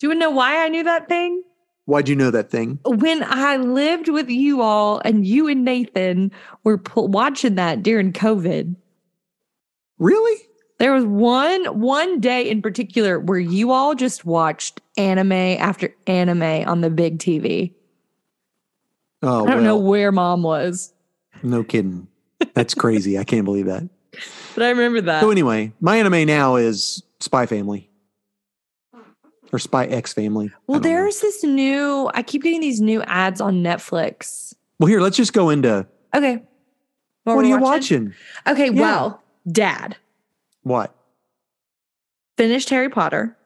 Speaker 2: Do you know why I knew that thing?
Speaker 1: Why'd you know that thing?
Speaker 2: When I lived with you all and you and Nathan were pl- watching that during COVID.
Speaker 1: Really?
Speaker 2: There was one one day in particular where you all just watched anime after anime on the big TV.
Speaker 1: Oh,
Speaker 2: I don't know
Speaker 1: well,
Speaker 2: where mom was,
Speaker 1: No kidding. That's crazy. I can't believe that.
Speaker 2: but I remember that.
Speaker 1: So anyway, my anime now is Spy Family or Spy X Family. I
Speaker 2: well,
Speaker 1: don't know.
Speaker 2: there's this new I keep getting these new ads on Netflix.
Speaker 1: Well, here, let's just go into
Speaker 2: Okay.
Speaker 1: what,
Speaker 2: we're
Speaker 1: are you watching?
Speaker 2: Okay,
Speaker 1: Yeah.
Speaker 2: well, dad
Speaker 1: What?
Speaker 2: finished Harry Potter.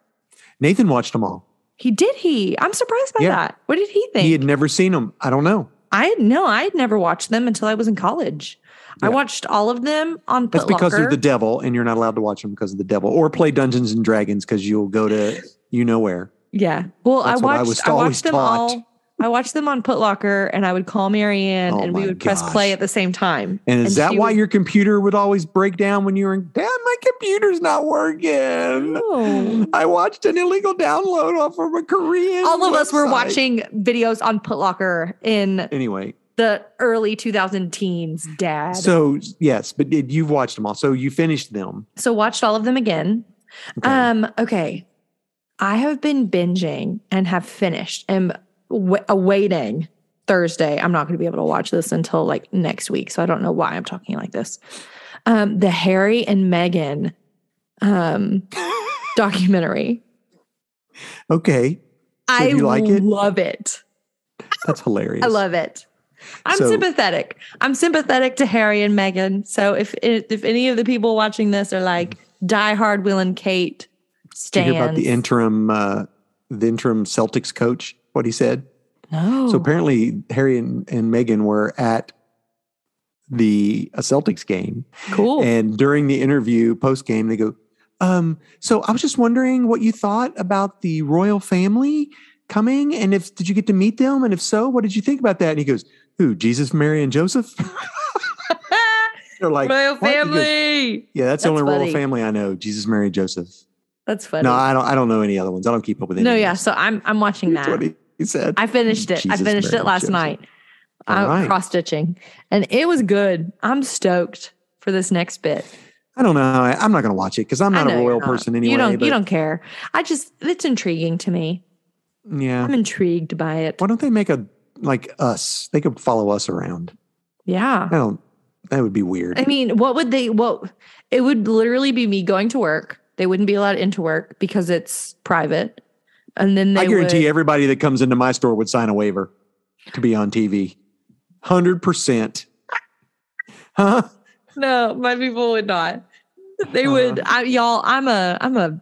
Speaker 1: Nathan watched them all.
Speaker 2: He did he. I'm surprised by
Speaker 1: Yeah.
Speaker 2: that. What did he think?
Speaker 1: He had never seen them. I don't know.
Speaker 2: I had no, I had never watched them until I was in college. I
Speaker 1: Yeah.
Speaker 2: watched all of them on
Speaker 1: That's
Speaker 2: Putlocker.
Speaker 1: because they're the devil, and you're not allowed to watch them because of the devil, or play Dungeons and Dragons because you'll go to you know where.
Speaker 2: Yeah. Well, I
Speaker 1: That's what I
Speaker 2: watched. I,
Speaker 1: was always
Speaker 2: watched them
Speaker 1: taught.
Speaker 2: all. I watched them on Putlocker, and I would call Marianne,
Speaker 1: Oh
Speaker 2: and we
Speaker 1: my
Speaker 2: would press play
Speaker 1: gosh.
Speaker 2: at the same time.
Speaker 1: And is that
Speaker 2: she
Speaker 1: why
Speaker 2: would-
Speaker 1: your computer would always break down when you were in? Dad, my computer's not working.
Speaker 2: No.
Speaker 1: I watched an illegal download off of a Korean.
Speaker 2: All of us were
Speaker 1: website."
Speaker 2: watching videos on Putlocker in
Speaker 1: Anyway,
Speaker 2: the early 2000 teens. Dad.
Speaker 1: so yes, but did- you've watched them all. So you finished them.
Speaker 2: So watched all of them again.
Speaker 1: Okay.
Speaker 2: Um, okay. I have been binging and have finished and w- awaiting Thursday. I'm not going to be able to watch this until like next week. So I don't know why I'm talking like this. Um, the Harry and Meghan um, documentary.
Speaker 1: okay,
Speaker 2: I
Speaker 1: you like it?
Speaker 2: love it.
Speaker 1: that's hilarious.
Speaker 2: I love it. I'm
Speaker 1: So-
Speaker 2: sympathetic. I'm sympathetic to Harry and Meghan. So if if any of the people watching this are like die hard Will and Kate
Speaker 1: Did
Speaker 2: stands.
Speaker 1: you hear about the interim uh, the interim Celtics coach? What he said.
Speaker 2: no.
Speaker 1: So apparently Harry and, and Megan were at the a Celtics game,
Speaker 2: Oh, cool.
Speaker 1: and during the interview post game, they go, um, "So I was just wondering what you thought about the royal family." coming? And if did you get to meet them? And if so, what did you think about that? And he goes, Who, Jesus, Mary, and Joseph? They're like,
Speaker 2: royal
Speaker 1: what? He goes,
Speaker 2: family.
Speaker 1: Yeah, that's, the
Speaker 2: That's
Speaker 1: only royal
Speaker 2: funny.
Speaker 1: family I know. Jesus, Mary, Joseph.
Speaker 2: That's funny.
Speaker 1: No,
Speaker 2: No,
Speaker 1: I don't I don't know any other ones. I don't keep up with any. of
Speaker 2: yeah.
Speaker 1: those.
Speaker 2: So I'm I'm watching
Speaker 1: That's
Speaker 2: that.
Speaker 1: what he, he said.
Speaker 2: I finished it. I
Speaker 1: Jesus,
Speaker 2: finished
Speaker 1: Mary,
Speaker 2: it last
Speaker 1: Joseph.
Speaker 2: night.
Speaker 1: All
Speaker 2: I'm
Speaker 1: right.
Speaker 2: cross stitching, and it was good. I'm stoked for this next bit.
Speaker 1: I don't know. how I, I'm not going to watch it because I'm
Speaker 2: I
Speaker 1: not
Speaker 2: know
Speaker 1: a
Speaker 2: you're
Speaker 1: royal
Speaker 2: not.
Speaker 1: person anyway.
Speaker 2: You don't.
Speaker 1: but-
Speaker 2: You don't care. I just. It's intriguing to me.
Speaker 1: Yeah.
Speaker 2: I'm intrigued by it.
Speaker 1: Why don't they make a like us? They could follow us around.
Speaker 2: Yeah.
Speaker 1: I don't. That would be weird.
Speaker 2: I mean, what would they? What it would literally be me going to work. They wouldn't be allowed into work because it's private, and then they
Speaker 1: I guarantee
Speaker 2: would,
Speaker 1: everybody that comes into my store would sign a waiver to be on TV. Hundred percent. Huh?
Speaker 2: No, my people would not. They would. I, y'all, I'm a I'm a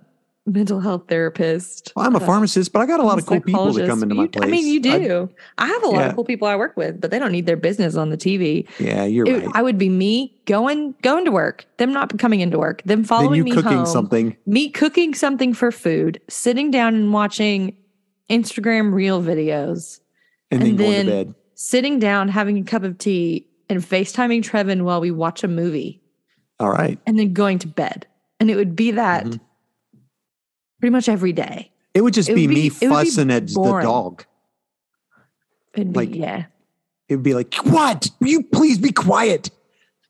Speaker 2: mental health therapist.
Speaker 1: Well, I'm a pharmacist, but I got a lot of cool people that come
Speaker 2: psychologist.
Speaker 1: into my
Speaker 2: You-
Speaker 1: place.
Speaker 2: I mean, you
Speaker 1: I-
Speaker 2: do. I, have a lot
Speaker 1: Yeah.
Speaker 2: of cool people I work with, but they don't need their business on the TV.
Speaker 1: yeah, you're
Speaker 2: It-
Speaker 1: right.
Speaker 2: I would be me going going to work, them not coming into work, them
Speaker 1: then
Speaker 2: following
Speaker 1: you
Speaker 2: me
Speaker 1: cooking
Speaker 2: home,
Speaker 1: something.
Speaker 2: me cooking something for food, sitting down and watching Instagram reel videos,
Speaker 1: and then
Speaker 2: And
Speaker 1: going
Speaker 2: then-
Speaker 1: to bed.
Speaker 2: sitting down having a cup of tea and FaceTiming Trevin while we watch a movie,
Speaker 1: All right.
Speaker 2: and then going to bed. And it would be that
Speaker 1: Mhm.
Speaker 2: pretty much every day.
Speaker 1: It would just
Speaker 2: It would
Speaker 1: be,
Speaker 2: be-
Speaker 1: me
Speaker 2: it would be
Speaker 1: fussing at the
Speaker 2: boring.
Speaker 1: dog.
Speaker 2: It'd be,
Speaker 1: Like-
Speaker 2: yeah.
Speaker 1: It would be like, "What? Will you please be quiet?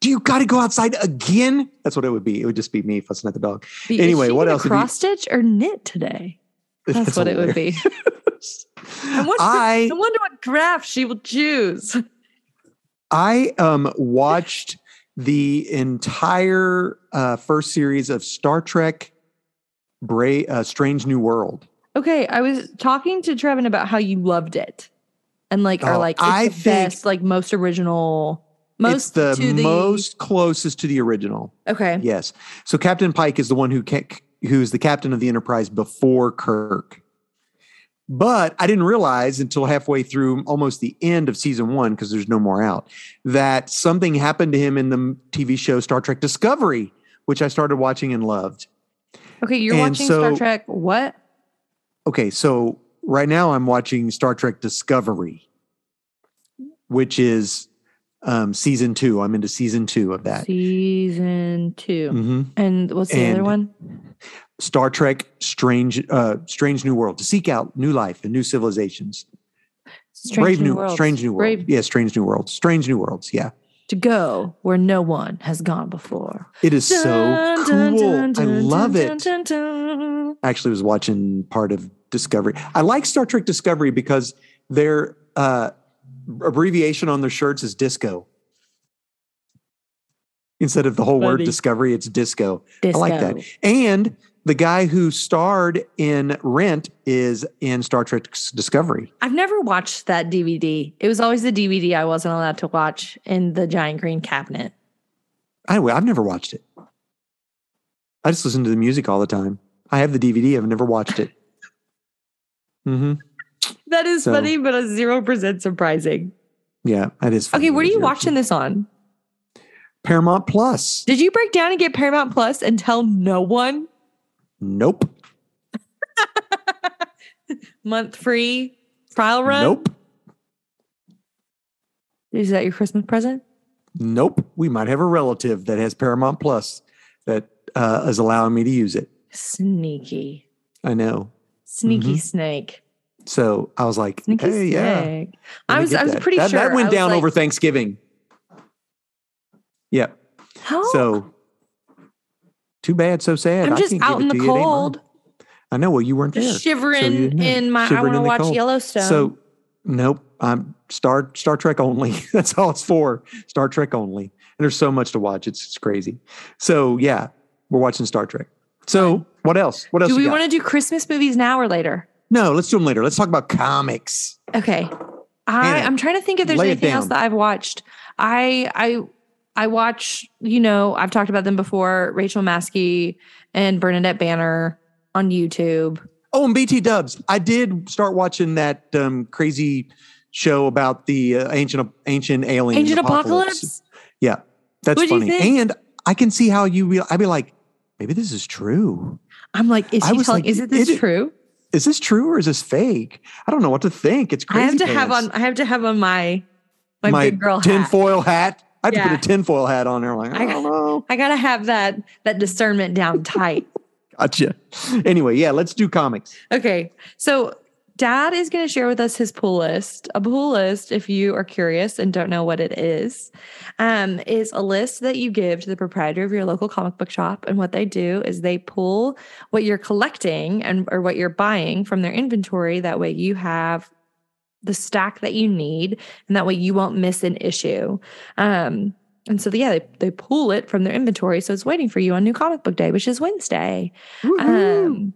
Speaker 1: Do you got to go outside again?" That's what it would be. It would just be me fussing at the dog.
Speaker 2: Be-
Speaker 1: Anyway,
Speaker 2: is she
Speaker 1: what
Speaker 2: gonna
Speaker 1: else have you-
Speaker 2: Cross stitch or knit today? That's, what it would be. I wonder,
Speaker 1: I
Speaker 2: I wonder what craft she will choose.
Speaker 1: I um watched the entire uh, first series of Star Trek, Bra- uh, Strange New World.
Speaker 2: Okay, I was talking to Trevin about how you loved it, and like are
Speaker 1: Oh,
Speaker 2: like it's
Speaker 1: I
Speaker 2: the
Speaker 1: think-
Speaker 2: best, like most original, most
Speaker 1: it's the
Speaker 2: to the
Speaker 1: most closest to the original.
Speaker 2: Okay,
Speaker 1: Yes. So Captain Pike is the one who ca- who is the captain of the Enterprise before Kirk. But I didn't realize until halfway through, almost the end of season one, because there's no more out, that something happened to him in the TV show Star Trek Discovery, which I started watching and loved.
Speaker 2: okay, you're
Speaker 1: And
Speaker 2: watching
Speaker 1: so-
Speaker 2: Star Trek. What?
Speaker 1: Okay, so right now I'm watching Star Trek Discovery, which is um, season two. I'm into season two of that.
Speaker 2: Season 2
Speaker 1: hmm
Speaker 2: and what's the other
Speaker 1: And-
Speaker 2: one?
Speaker 1: Star Trek Strange uh, Strange New World to seek out new life and new civilizations. Brave New,
Speaker 2: Worlds.
Speaker 1: Strange New World.
Speaker 2: Brave
Speaker 1: Yeah, Strange New Worlds. Strange New Worlds. Yeah,
Speaker 2: to go where no one has gone before.
Speaker 1: it is so
Speaker 2: Dun, dun,
Speaker 1: cool.
Speaker 2: dun,
Speaker 1: I
Speaker 2: dun,
Speaker 1: love
Speaker 2: dun,
Speaker 1: it.
Speaker 2: dun, dun.
Speaker 1: I actually was watching part of Discovery. I like Star Trek Discovery because their uh, abbreviation on their shirts is disco. Instead of the whole word
Speaker 2: Funny.
Speaker 1: Discovery, it's disco. like that.
Speaker 2: Disco.
Speaker 1: And the guy who starred in Rent is in Star Trek Discovery.
Speaker 2: I've never watched that DVD. It was always the DVD I wasn't allowed to watch in the giant green cabinet.
Speaker 1: Anyway, I've never watched it. I just listen to the music all the time. I have the DVD. I've never watched it. hmm
Speaker 2: That is
Speaker 1: So-
Speaker 2: funny, but a zero percent surprising.
Speaker 1: Yeah, that is.
Speaker 2: Okay,
Speaker 1: funny.
Speaker 2: what are you
Speaker 1: You're-
Speaker 2: watching this on?
Speaker 1: Paramount Plus.
Speaker 2: Did you break down and get Paramount Plus and tell no one?
Speaker 1: Nope.
Speaker 2: Month free trial run?
Speaker 1: Nope.
Speaker 2: Is that your Christmas present?
Speaker 1: Nope. We might have a relative that has Paramount Plus that uh, is allowing me to use it.
Speaker 2: Sneaky,
Speaker 1: I know.
Speaker 2: sneaky
Speaker 1: Mhm.
Speaker 2: snake,
Speaker 1: So I was like,
Speaker 2: sneaky
Speaker 1: hey,
Speaker 2: snake.
Speaker 1: yeah. let
Speaker 2: I
Speaker 1: me
Speaker 2: was,
Speaker 1: get
Speaker 2: I was
Speaker 1: that.
Speaker 2: pretty
Speaker 1: that,
Speaker 2: sure
Speaker 1: That went
Speaker 2: I was
Speaker 1: down
Speaker 2: like,
Speaker 1: over Thanksgiving. Yep.
Speaker 2: How?
Speaker 1: So too bad, so sad.
Speaker 2: Oh. I'm
Speaker 1: I
Speaker 2: just
Speaker 1: can't give
Speaker 2: out
Speaker 1: it
Speaker 2: in the
Speaker 1: to you. It ain't mine.
Speaker 2: cold,
Speaker 1: I know. Well, you weren't there.
Speaker 2: just shivering
Speaker 1: didn't know.
Speaker 2: in my.
Speaker 1: Shivering in
Speaker 2: I want to
Speaker 1: the
Speaker 2: watch
Speaker 1: cold.
Speaker 2: Yellowstone.
Speaker 1: So nope. I'm Star Star Trek only. That's all it's for. Star Trek only. And there's so much to watch. It's, it's crazy. So yeah, we're watching Star Trek. So what else? What else?
Speaker 2: do
Speaker 1: you
Speaker 2: we
Speaker 1: got?
Speaker 2: want to do Christmas movies now or later?
Speaker 1: No, let's do them later. Let's talk about comics.
Speaker 2: Okay. I,
Speaker 1: Hannah,
Speaker 2: I'm trying to think if there's
Speaker 1: lay it
Speaker 2: anything else
Speaker 1: down.
Speaker 2: that I've watched. I I I watch, you know, I've talked about them before, Rachel Maskey and Bernadette Banner on YouTube.
Speaker 1: Oh, and BT Dubs. I did start watching that um, crazy show about the uh, ancient ancient alien
Speaker 2: Ancient Apocalypse.
Speaker 1: That's
Speaker 2: What'd you
Speaker 1: funny.
Speaker 2: think?
Speaker 1: And I can see how you. Re- I'd be like, maybe this is true.
Speaker 2: I'm like, is
Speaker 1: I
Speaker 2: he
Speaker 1: was
Speaker 2: telling
Speaker 1: like,
Speaker 2: is it this
Speaker 1: it-
Speaker 2: true?
Speaker 1: is this true or is this fake? I don't know what to think. It's
Speaker 2: I
Speaker 1: crazy.
Speaker 2: have to
Speaker 1: pants.
Speaker 2: have on. I have to have on my my,
Speaker 1: my
Speaker 2: big girl hat.
Speaker 1: tinfoil hat. I have to
Speaker 2: Yeah.
Speaker 1: put a tinfoil hat on there. I'm like, I,
Speaker 2: I-
Speaker 1: don't know.
Speaker 2: I gotta have that that discernment down tight.
Speaker 1: Gotcha. Anyway, yeah, let's do comics.
Speaker 2: Okay, so Dad is going to share with us his pool list. A pool list, if you are curious and don't know what it is, um, is a list that you give to the proprietor of your local comic book shop. And what they do is they pull what you're collecting and or what you're buying from their inventory. That way, you have the stack that you need, and that way you won't miss an issue. Um, and so, yeah, they, they pull it from their inventory, so it's waiting for you on New Comic Book Day, which is Wednesday.
Speaker 1: Woohoo.
Speaker 2: Um,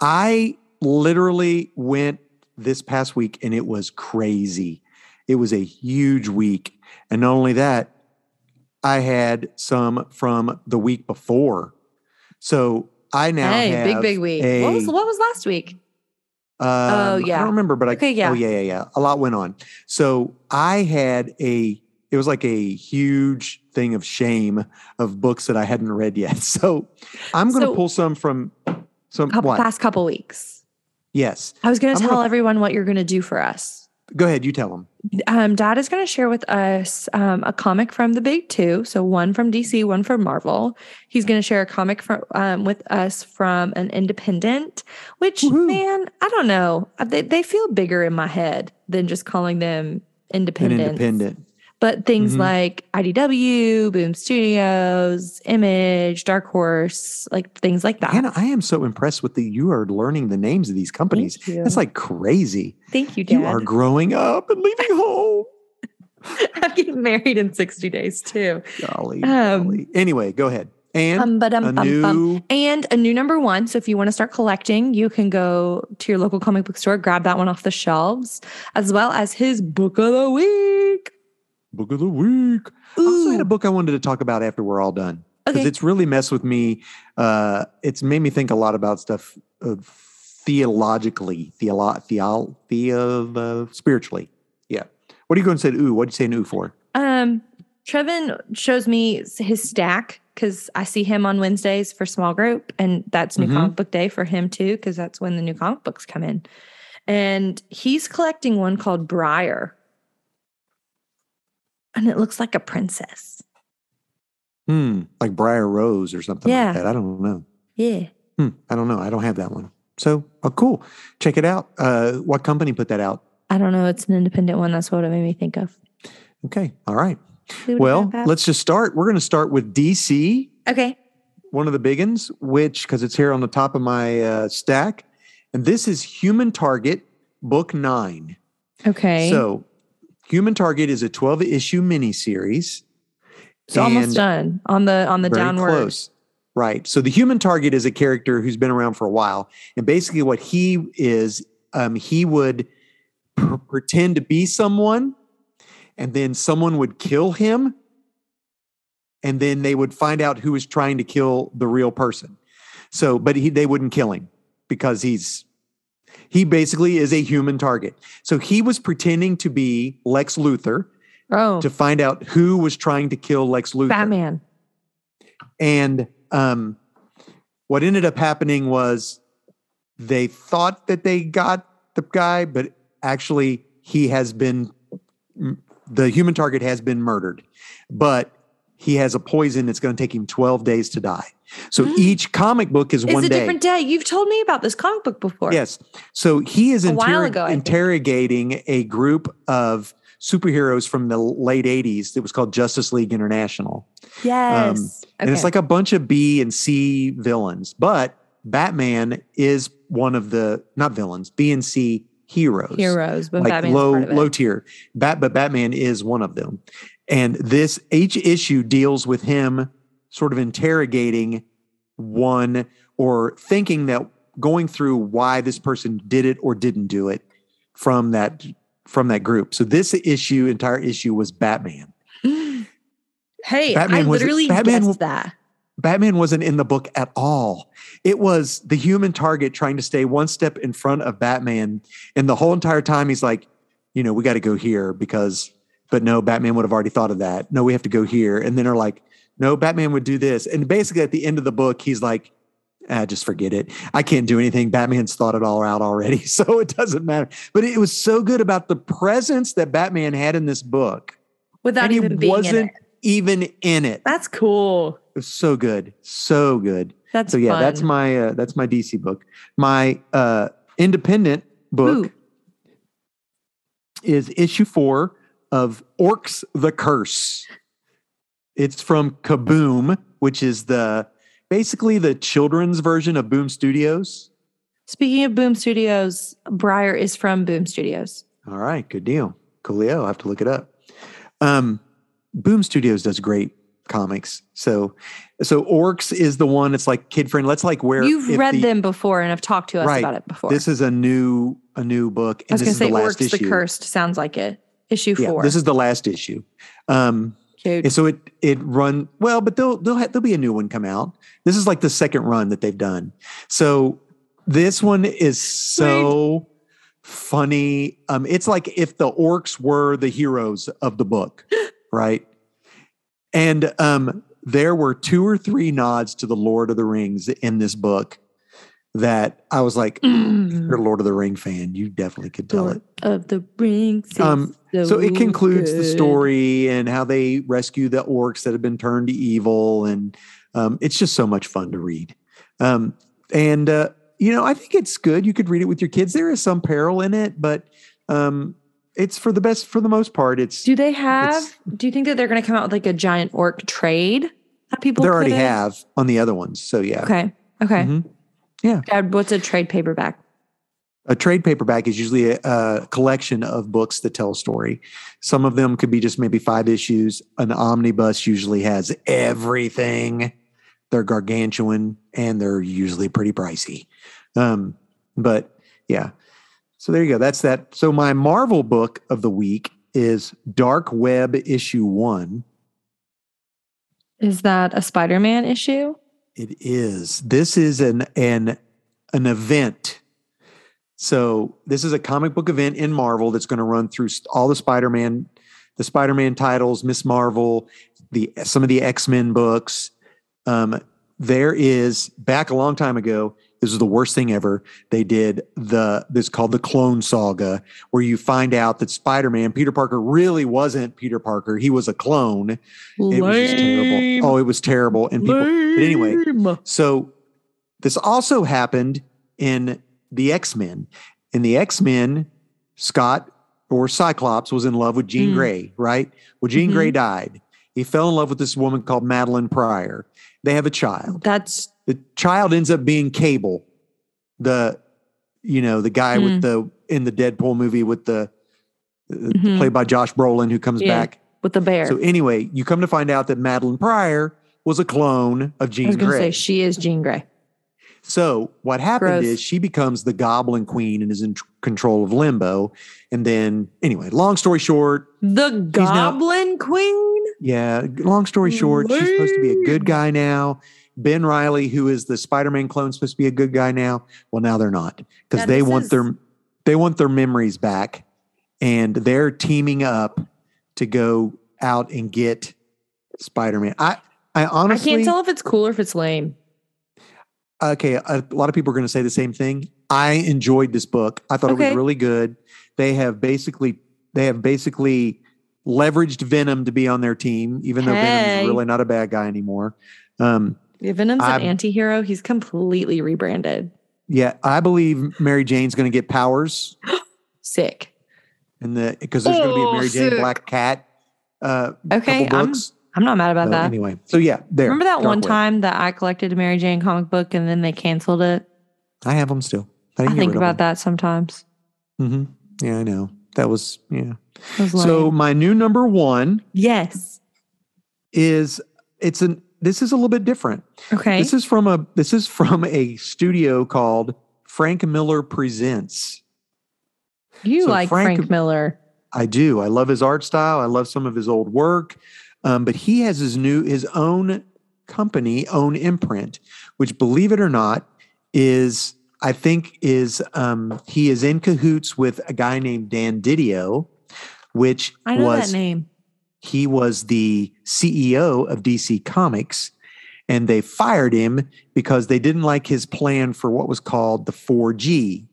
Speaker 1: I literally went this past week and it was crazy. It was a huge week. And not only that, I had some from the week before. So I now
Speaker 2: hey,
Speaker 1: have
Speaker 2: big big week.
Speaker 1: a-
Speaker 2: what was what was last week?
Speaker 1: um, I
Speaker 2: yeah.
Speaker 1: don't remember, but I
Speaker 2: Okay, yeah.
Speaker 1: Oh yeah, yeah, yeah. A lot went on. So I had a it was like a huge thing of shame of books that I hadn't read yet. So I'm gonna
Speaker 2: So-
Speaker 1: pull some from some
Speaker 2: Couple,
Speaker 1: what?
Speaker 2: past couple weeks.
Speaker 1: Yes.
Speaker 2: I was going
Speaker 1: I'm
Speaker 2: to
Speaker 1: gonna-
Speaker 2: tell everyone what you're going to do for us.
Speaker 1: Go ahead, you tell them.
Speaker 2: Um, Dad is going to share with us um, a comic from the big two, so one from DC, one from Marvel. He's going to share a comic from um, with us from an independent. Which
Speaker 1: Woohoo.
Speaker 2: man, I don't know. Uh, They they feel bigger in my head than just calling them
Speaker 1: An
Speaker 2: independent.
Speaker 1: independent.
Speaker 2: but things
Speaker 1: Mhm.
Speaker 2: like IDW, Boom Studios, Image, Dark Horse, like things like that.
Speaker 1: Hannah, I am so impressed with the you are learning the names of these companies.
Speaker 2: Thank you.
Speaker 1: That's like crazy.
Speaker 2: Thank you, Dad.
Speaker 1: You are growing up and leaving home.
Speaker 2: I'm getting married in 60 days too.
Speaker 1: Golly,
Speaker 2: Um,
Speaker 1: golly. Anyway, go ahead. And
Speaker 2: Um, but um,
Speaker 1: a
Speaker 2: bum,
Speaker 1: new
Speaker 2: bum. And a new number one. So if you want to start collecting, you can go to your local comic book store, grab that one off the shelves, as well as his book of the week.
Speaker 1: book of the week. I also had a book I wanted to talk about after we're all done. because
Speaker 2: okay.
Speaker 1: it's really messed with me. Uh, it's made me think a lot about stuff uh, theologically, theolo- theo- theo- uh, spiritually. Yeah. What are you going to say to ooh? What'd you say an ooh for?
Speaker 2: Um, Trevin shows me s- his stack because I see him on Wednesdays for small group, and that's New
Speaker 1: Mhm.
Speaker 2: Comic Book Day for him too, because that's when the new comic books come in. And he's collecting one called Briar, and it looks like a princess.
Speaker 1: Hmm. Like Briar Rose or something
Speaker 2: Yeah.
Speaker 1: like that. I don't know.
Speaker 2: Yeah,
Speaker 1: Hmm. I don't know. I don't have that one. So, oh, cool. Check it out. Uh, what company put that out?
Speaker 2: I don't know. It's an independent one. That's what it made me think of.
Speaker 1: Okay. All right.
Speaker 2: Who would
Speaker 1: Well,
Speaker 2: have that?
Speaker 1: let's just start. We're going to start with DC.
Speaker 2: okay.
Speaker 1: one of the big ones, which because it's here on the top of my uh, stack, and this is Human Target Book Nine.
Speaker 2: Okay, so
Speaker 1: So, Human Target is a twelve issue miniseries.
Speaker 2: it's almost
Speaker 1: and
Speaker 2: done on the on the
Speaker 1: very
Speaker 2: downward.
Speaker 1: close. Right. So the human target is a character who's been around for a while. And basically, what he is, um, he would pr- pretend to be someone, and then someone would kill him. And then they would find out who was trying to kill the real person. So, but he, they wouldn't kill him because he's, he basically is a human target. So he was pretending to be Lex Luthor
Speaker 2: Oh,
Speaker 1: to find out who was trying to kill Lex Luthor.
Speaker 2: Batman.
Speaker 1: And um, what ended up happening was they thought that they got the guy, but actually he has been m- the human target has been murdered, but he has a poison that's going to take him 12 days to die. So
Speaker 2: Mm.
Speaker 1: each comic book is
Speaker 2: It's
Speaker 1: one
Speaker 2: a
Speaker 1: day.
Speaker 2: different day. You've told me about this comic book before.
Speaker 1: Yes. So he is
Speaker 2: A while
Speaker 1: interrog-
Speaker 2: ago, I think.
Speaker 1: interrogating a group of superheroes from the late 80s It was called Justice League International.
Speaker 2: Yes.
Speaker 1: Um, And it's like a bunch of B and C villains, but Batman is one of the not villains, B and C heroes.
Speaker 2: heroes, but
Speaker 1: Like
Speaker 2: Batman's
Speaker 1: low
Speaker 2: part of it.
Speaker 1: low tier. Bat but Batman is one of them. And this each issue deals with him sort of interrogating one or thinking that going through why this person did it or didn't do it from that from that group. So this issue, entire issue was Batman.
Speaker 2: hey,
Speaker 1: Batman
Speaker 2: I
Speaker 1: was-
Speaker 2: literally
Speaker 1: Batman
Speaker 2: guessed
Speaker 1: was-
Speaker 2: that.
Speaker 1: Batman wasn't in the book at all. It was the human target trying to stay one step in front of Batman. And the whole entire time he's like, you know, we got to go here because, but no, Batman would have already thought of that. No, we have to go here. And then they're like, no, Batman would do this. And basically at the end of the book, he's like, ah, just forget it. I can't do anything. Batman's thought it all out already, so it doesn't matter. But it was so good about the presence that Batman had in this book,
Speaker 2: without
Speaker 1: and he
Speaker 2: even being
Speaker 1: wasn't
Speaker 2: in it.
Speaker 1: even in it. It
Speaker 2: That's cool.
Speaker 1: was so good, so good.
Speaker 2: That's
Speaker 1: so yeah,
Speaker 2: fun.
Speaker 1: that's my uh, that's my DC book. My uh, independent book
Speaker 2: Ooh.
Speaker 1: is issue four of Orcs the Curse. It's from Kaboom, which is the basically the children's version of Boom Studios.
Speaker 2: Speaking of Boom Studios, Briar is from Boom Studios.
Speaker 1: All right, good deal. Coolio, I'll have to look it up. Um, Boom Studios does great comics. So so Orcs is the one that's like kid friend. Let's like where
Speaker 2: You've
Speaker 1: if
Speaker 2: read
Speaker 1: the-
Speaker 2: them before and have talked to us
Speaker 1: Right.
Speaker 2: about it before.
Speaker 1: This is a new a new book. And
Speaker 2: I was
Speaker 1: this
Speaker 2: going to
Speaker 1: is
Speaker 2: say
Speaker 1: the last
Speaker 2: Orcs
Speaker 1: issue.
Speaker 2: the Cursed sounds like it. Issue
Speaker 1: Yeah,
Speaker 2: four.
Speaker 1: this is the last issue. Um,
Speaker 2: Cute.
Speaker 1: and so it it run well, but they'll they'll ha- there'll be a new one come out. This is like the second run that they've done. So this one is so funny. Um, it's like if the orcs were the heroes of the book, right? And um, there were two or three nods to the Lord of the Rings in this book that I was like,
Speaker 2: Mm.
Speaker 1: you're a Lord of the Ring fan. You definitely could tell
Speaker 2: Lord
Speaker 1: it.
Speaker 2: of the Rings. is
Speaker 1: Um, So it concludes the
Speaker 2: good.
Speaker 1: story and how they rescue the orcs that have been turned to evil, and um, it's just so much fun to read. Um, and uh, you know, I think it's good. You could read it with your kids. There is some peril in it, but um, it's for the best. For the most part, it's
Speaker 2: Do they have?
Speaker 1: It's-
Speaker 2: Do you think that they're going to come out with like a giant orc trade that people?
Speaker 1: they
Speaker 2: could
Speaker 1: already
Speaker 2: have?
Speaker 1: have on the other ones. So yeah,
Speaker 2: Okay. Okay.
Speaker 1: Mhm.
Speaker 2: Dad, what's a trade paperback?
Speaker 1: a trade paperback is usually a, a collection of books that tell a story. Some of them could be just maybe five issues. An omnibus usually has everything. They're gargantuan and they're usually pretty pricey. Um, but yeah, so there you go. That's that. So my Marvel book of the week is Dark Web issue one.
Speaker 2: Is that a Spider-Man issue?
Speaker 1: It is. This is an an an event. So this is a comic book event in Marvel that's going to run through st- all the Spider-Man, the Spider-Man titles, Miss Marvel, the some of the X-Men books. Um, there is back a long time ago. This is the worst thing ever. They did the this is called the Clone Saga, where you find out that Spider-Man, Peter Parker, really wasn't Peter Parker. He was a clone. It was just terrible. Oh, it was terrible. And people but anyway, so this also happened in the X Men. In the X Men, Scott or Cyclops was in love with Jean
Speaker 2: Mm.
Speaker 1: Grey, right? Well, Jean
Speaker 2: Mhm.
Speaker 1: Grey died. He fell in love with this woman called Madeline Pryor. They have a child.
Speaker 2: That's
Speaker 1: The child ends up being Cable, the you know the guy with
Speaker 2: Mm.
Speaker 1: the in the Deadpool movie with the uh,
Speaker 2: Mhm.
Speaker 1: played by Josh Brolin who comes
Speaker 2: Yeah.
Speaker 1: back.
Speaker 2: with the bear.
Speaker 1: So anyway, you come to find out that Madeline Pryor was a clone of
Speaker 2: I
Speaker 1: Jean
Speaker 2: was going to
Speaker 1: Grey.
Speaker 2: say she is Jean Grey.
Speaker 1: So what happened
Speaker 2: Gross.
Speaker 1: is she becomes the Goblin Queen and is in tr- control of Limbo. And then, anyway, long story short,
Speaker 2: The
Speaker 1: now-
Speaker 2: Goblin Queen.
Speaker 1: yeah, g- long story short, she's supposed to be a good guy now. Ben Riley, who is the Spider-Man clone, is supposed to be a good guy now. Well, now they're not
Speaker 2: Now
Speaker 1: because they
Speaker 2: this
Speaker 1: want
Speaker 2: is-
Speaker 1: their they want their memories back, and they're teaming up to go out and get Spider-Man. I I honestly
Speaker 2: I can't tell if it's cool or if it's lame.
Speaker 1: okay, a lot of people are going to say the same thing. I enjoyed this book. I thought it was
Speaker 2: Okay.
Speaker 1: really good. They have basically they have basically leveraged Venom to be on their team, even though Venom's
Speaker 2: Hey.
Speaker 1: really not a bad guy anymore. Um,
Speaker 2: Venom's
Speaker 1: I'm-
Speaker 2: an anti-hero. He's completely rebranded.
Speaker 1: yeah, I believe Mary Jane's going to get powers
Speaker 2: Sick.
Speaker 1: in the because there's going to be a
Speaker 2: Oh,
Speaker 1: Mary Jane
Speaker 2: sick.
Speaker 1: Black Cat. Uh,
Speaker 2: Okay,
Speaker 1: couple
Speaker 2: I'm-
Speaker 1: books.
Speaker 2: I'm not mad about
Speaker 1: So
Speaker 2: that.
Speaker 1: Anyway, so yeah, there.
Speaker 2: Remember that
Speaker 1: Dark
Speaker 2: one
Speaker 1: Web.
Speaker 2: time that I collected a Mary Jane comic book and then they canceled it?
Speaker 1: I have them still.
Speaker 2: I, think about that sometimes.
Speaker 1: that. hmm Yeah, I know. That was yeah.
Speaker 2: It was
Speaker 1: So
Speaker 2: lame.
Speaker 1: my new number one
Speaker 2: yes.
Speaker 1: is it's an this is a little bit different.
Speaker 2: Okay.
Speaker 1: This is from a this is from a studio called Frank Miller Presents.
Speaker 2: you
Speaker 1: so
Speaker 2: like
Speaker 1: Frank-
Speaker 2: Frank, Miller.
Speaker 1: I do. I love his art style. I love some of his old work. Um, but he has his new his own company, own imprint, which believe it or not is I think is um, he is in cahoots with a guy named Dan Didio, which
Speaker 2: I know
Speaker 1: was
Speaker 2: that name.
Speaker 1: E he was the CEO of DC Comics. and they fired him because they didn't like his plan for what was called the 4G,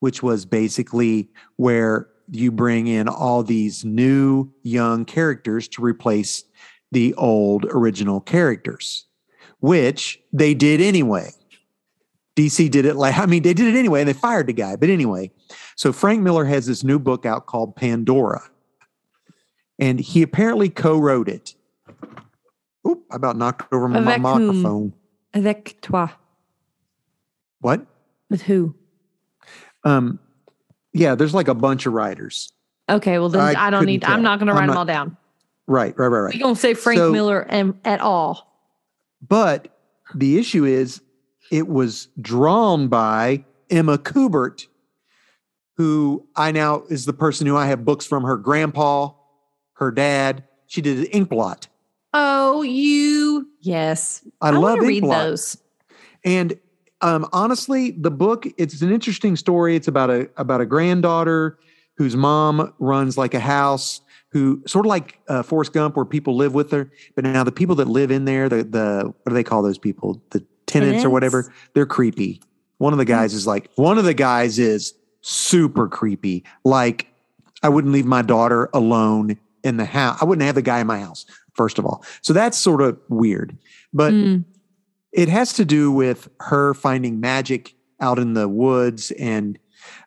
Speaker 1: which was basically where you bring in all these new young characters to replace the old original characters, which they did anyway. DC did it like, I mean, they did it anyway and they fired the guy. But anyway, so Frank Miller has this new book out called Pandora, and he apparently co wrote it. Oop, I about knocked over my
Speaker 2: Avec whom?
Speaker 1: microphone.
Speaker 2: Avec toi.
Speaker 1: What?
Speaker 2: With who?
Speaker 1: Um, yeah, there's like a bunch of writers.
Speaker 2: Okay, well then
Speaker 1: I
Speaker 2: I, don't need.
Speaker 1: couldn't
Speaker 2: I'm not going to
Speaker 1: tell.
Speaker 2: write
Speaker 1: I'm
Speaker 2: them
Speaker 1: not-
Speaker 2: all down.
Speaker 1: Right, right, right, right.
Speaker 2: We don't say Frank
Speaker 1: So-
Speaker 2: Miller and, at all.
Speaker 1: But the issue is it was drawn by Emma Kubert, who I now is the person who I have books from her grandpa, her dad. She did an ink blot.
Speaker 2: Oh, you yes.
Speaker 1: I, love
Speaker 2: wanna
Speaker 1: ink
Speaker 2: read
Speaker 1: blot.
Speaker 2: those.
Speaker 1: And um, honestly, the book it's an interesting story. It's about a about a granddaughter whose mom runs like a house, who sort of like uh, Forrest Gump, where people live with her. But now the people that live in there, the the what do they call those people? The tenants or
Speaker 2: Tenants?
Speaker 1: whatever. They're creepy. One of the guys is like one of the guys is super creepy. Like I wouldn't leave my daughter alone in the house. I wouldn't have the guy in my house. First of all, so that's sort of weird. But
Speaker 2: Mm.
Speaker 1: it has to do with her finding magic out in the woods, and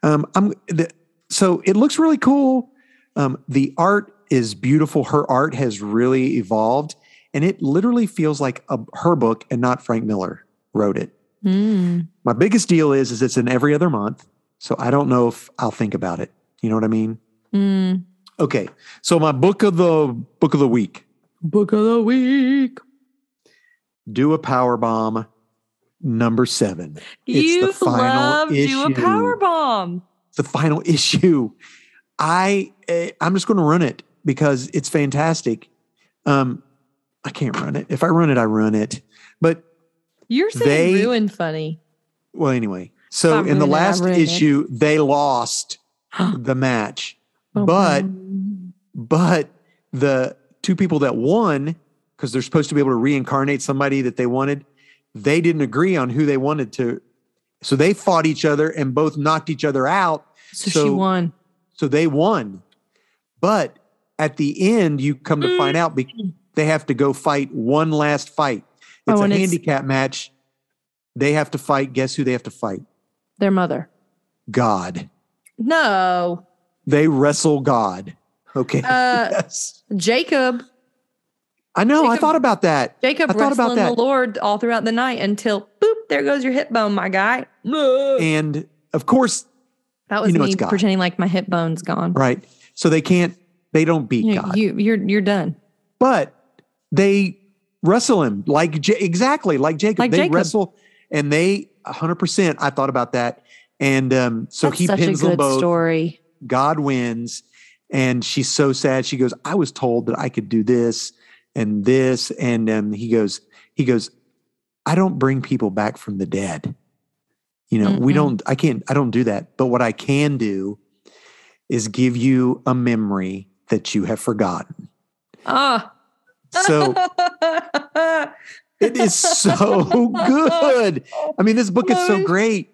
Speaker 1: um, I'm the, so it looks really cool. Um, the art is beautiful. Her art has really evolved, and it literally feels like a, her book and not Frank Miller wrote it.
Speaker 2: Mm.
Speaker 1: My biggest deal is is it's in every other month, so I don't know if I'll think about it. You know what I mean?
Speaker 2: Mm.
Speaker 1: Okay, so my book of the book of the week:
Speaker 2: Book of the week.
Speaker 1: Do a Power Bomb, number seven. It's the
Speaker 2: You
Speaker 1: final
Speaker 2: love do a
Speaker 1: issue.
Speaker 2: power bomb.
Speaker 1: the final issue. I eh, I'm just going to run it because it's fantastic. Um, I can't run it. If I run it, I run it. But
Speaker 2: You're saying
Speaker 1: They-
Speaker 2: ruin funny.
Speaker 1: well, anyway. So
Speaker 2: If I
Speaker 1: in the
Speaker 2: ruin it, I
Speaker 1: last
Speaker 2: ruin it.
Speaker 1: issue, they lost the match, but but the two people that won because they're supposed to be able to reincarnate somebody that they wanted, they didn't agree on who they wanted to. So they fought each other and both knocked each other out.
Speaker 2: so, she
Speaker 1: so-
Speaker 2: won.
Speaker 1: So they won. But at the end, you come to find out be- they have to go fight one last fight. It's
Speaker 2: Oh,
Speaker 1: a
Speaker 2: and it's-
Speaker 1: handicap match. They have to fight. Guess who they have to fight?
Speaker 2: Their mother.
Speaker 1: God.
Speaker 2: No,
Speaker 1: They wrestle God. Okay.
Speaker 2: Uh,
Speaker 1: yes.
Speaker 2: Jacob.
Speaker 1: I know. I
Speaker 2: Jacob-
Speaker 1: thought about that.
Speaker 2: Jacob
Speaker 1: I thought about
Speaker 2: wrestling the
Speaker 1: that.
Speaker 2: Lord all throughout the night until boop, there goes your hip bone, my guy. That
Speaker 1: And of course,
Speaker 2: was
Speaker 1: know it's
Speaker 2: me
Speaker 1: God.
Speaker 2: pretending like my hip bone's gone.
Speaker 1: right. So they can't, they don't beat
Speaker 2: You,
Speaker 1: God.
Speaker 2: you, you're you're done.
Speaker 1: but they wrestle him like J- exactly like Jacob.
Speaker 2: Like
Speaker 1: they
Speaker 2: Jacob.
Speaker 1: wrestle and they 100%. I thought about that. And um, so
Speaker 2: That's
Speaker 1: he
Speaker 2: such a
Speaker 1: pins them
Speaker 2: good
Speaker 1: both.
Speaker 2: story.
Speaker 1: God wins. And she's so sad. She goes, I was told that I could do this and this. And um, he goes, he goes, I don't bring people back from the dead. You know, we
Speaker 2: Mm-mm.
Speaker 1: don't, I can't, I don't do that. But what I can do is give you a memory that you have forgotten.
Speaker 2: Ah.
Speaker 1: So It is so good. I mean, this book is so
Speaker 2: Lois.
Speaker 1: great.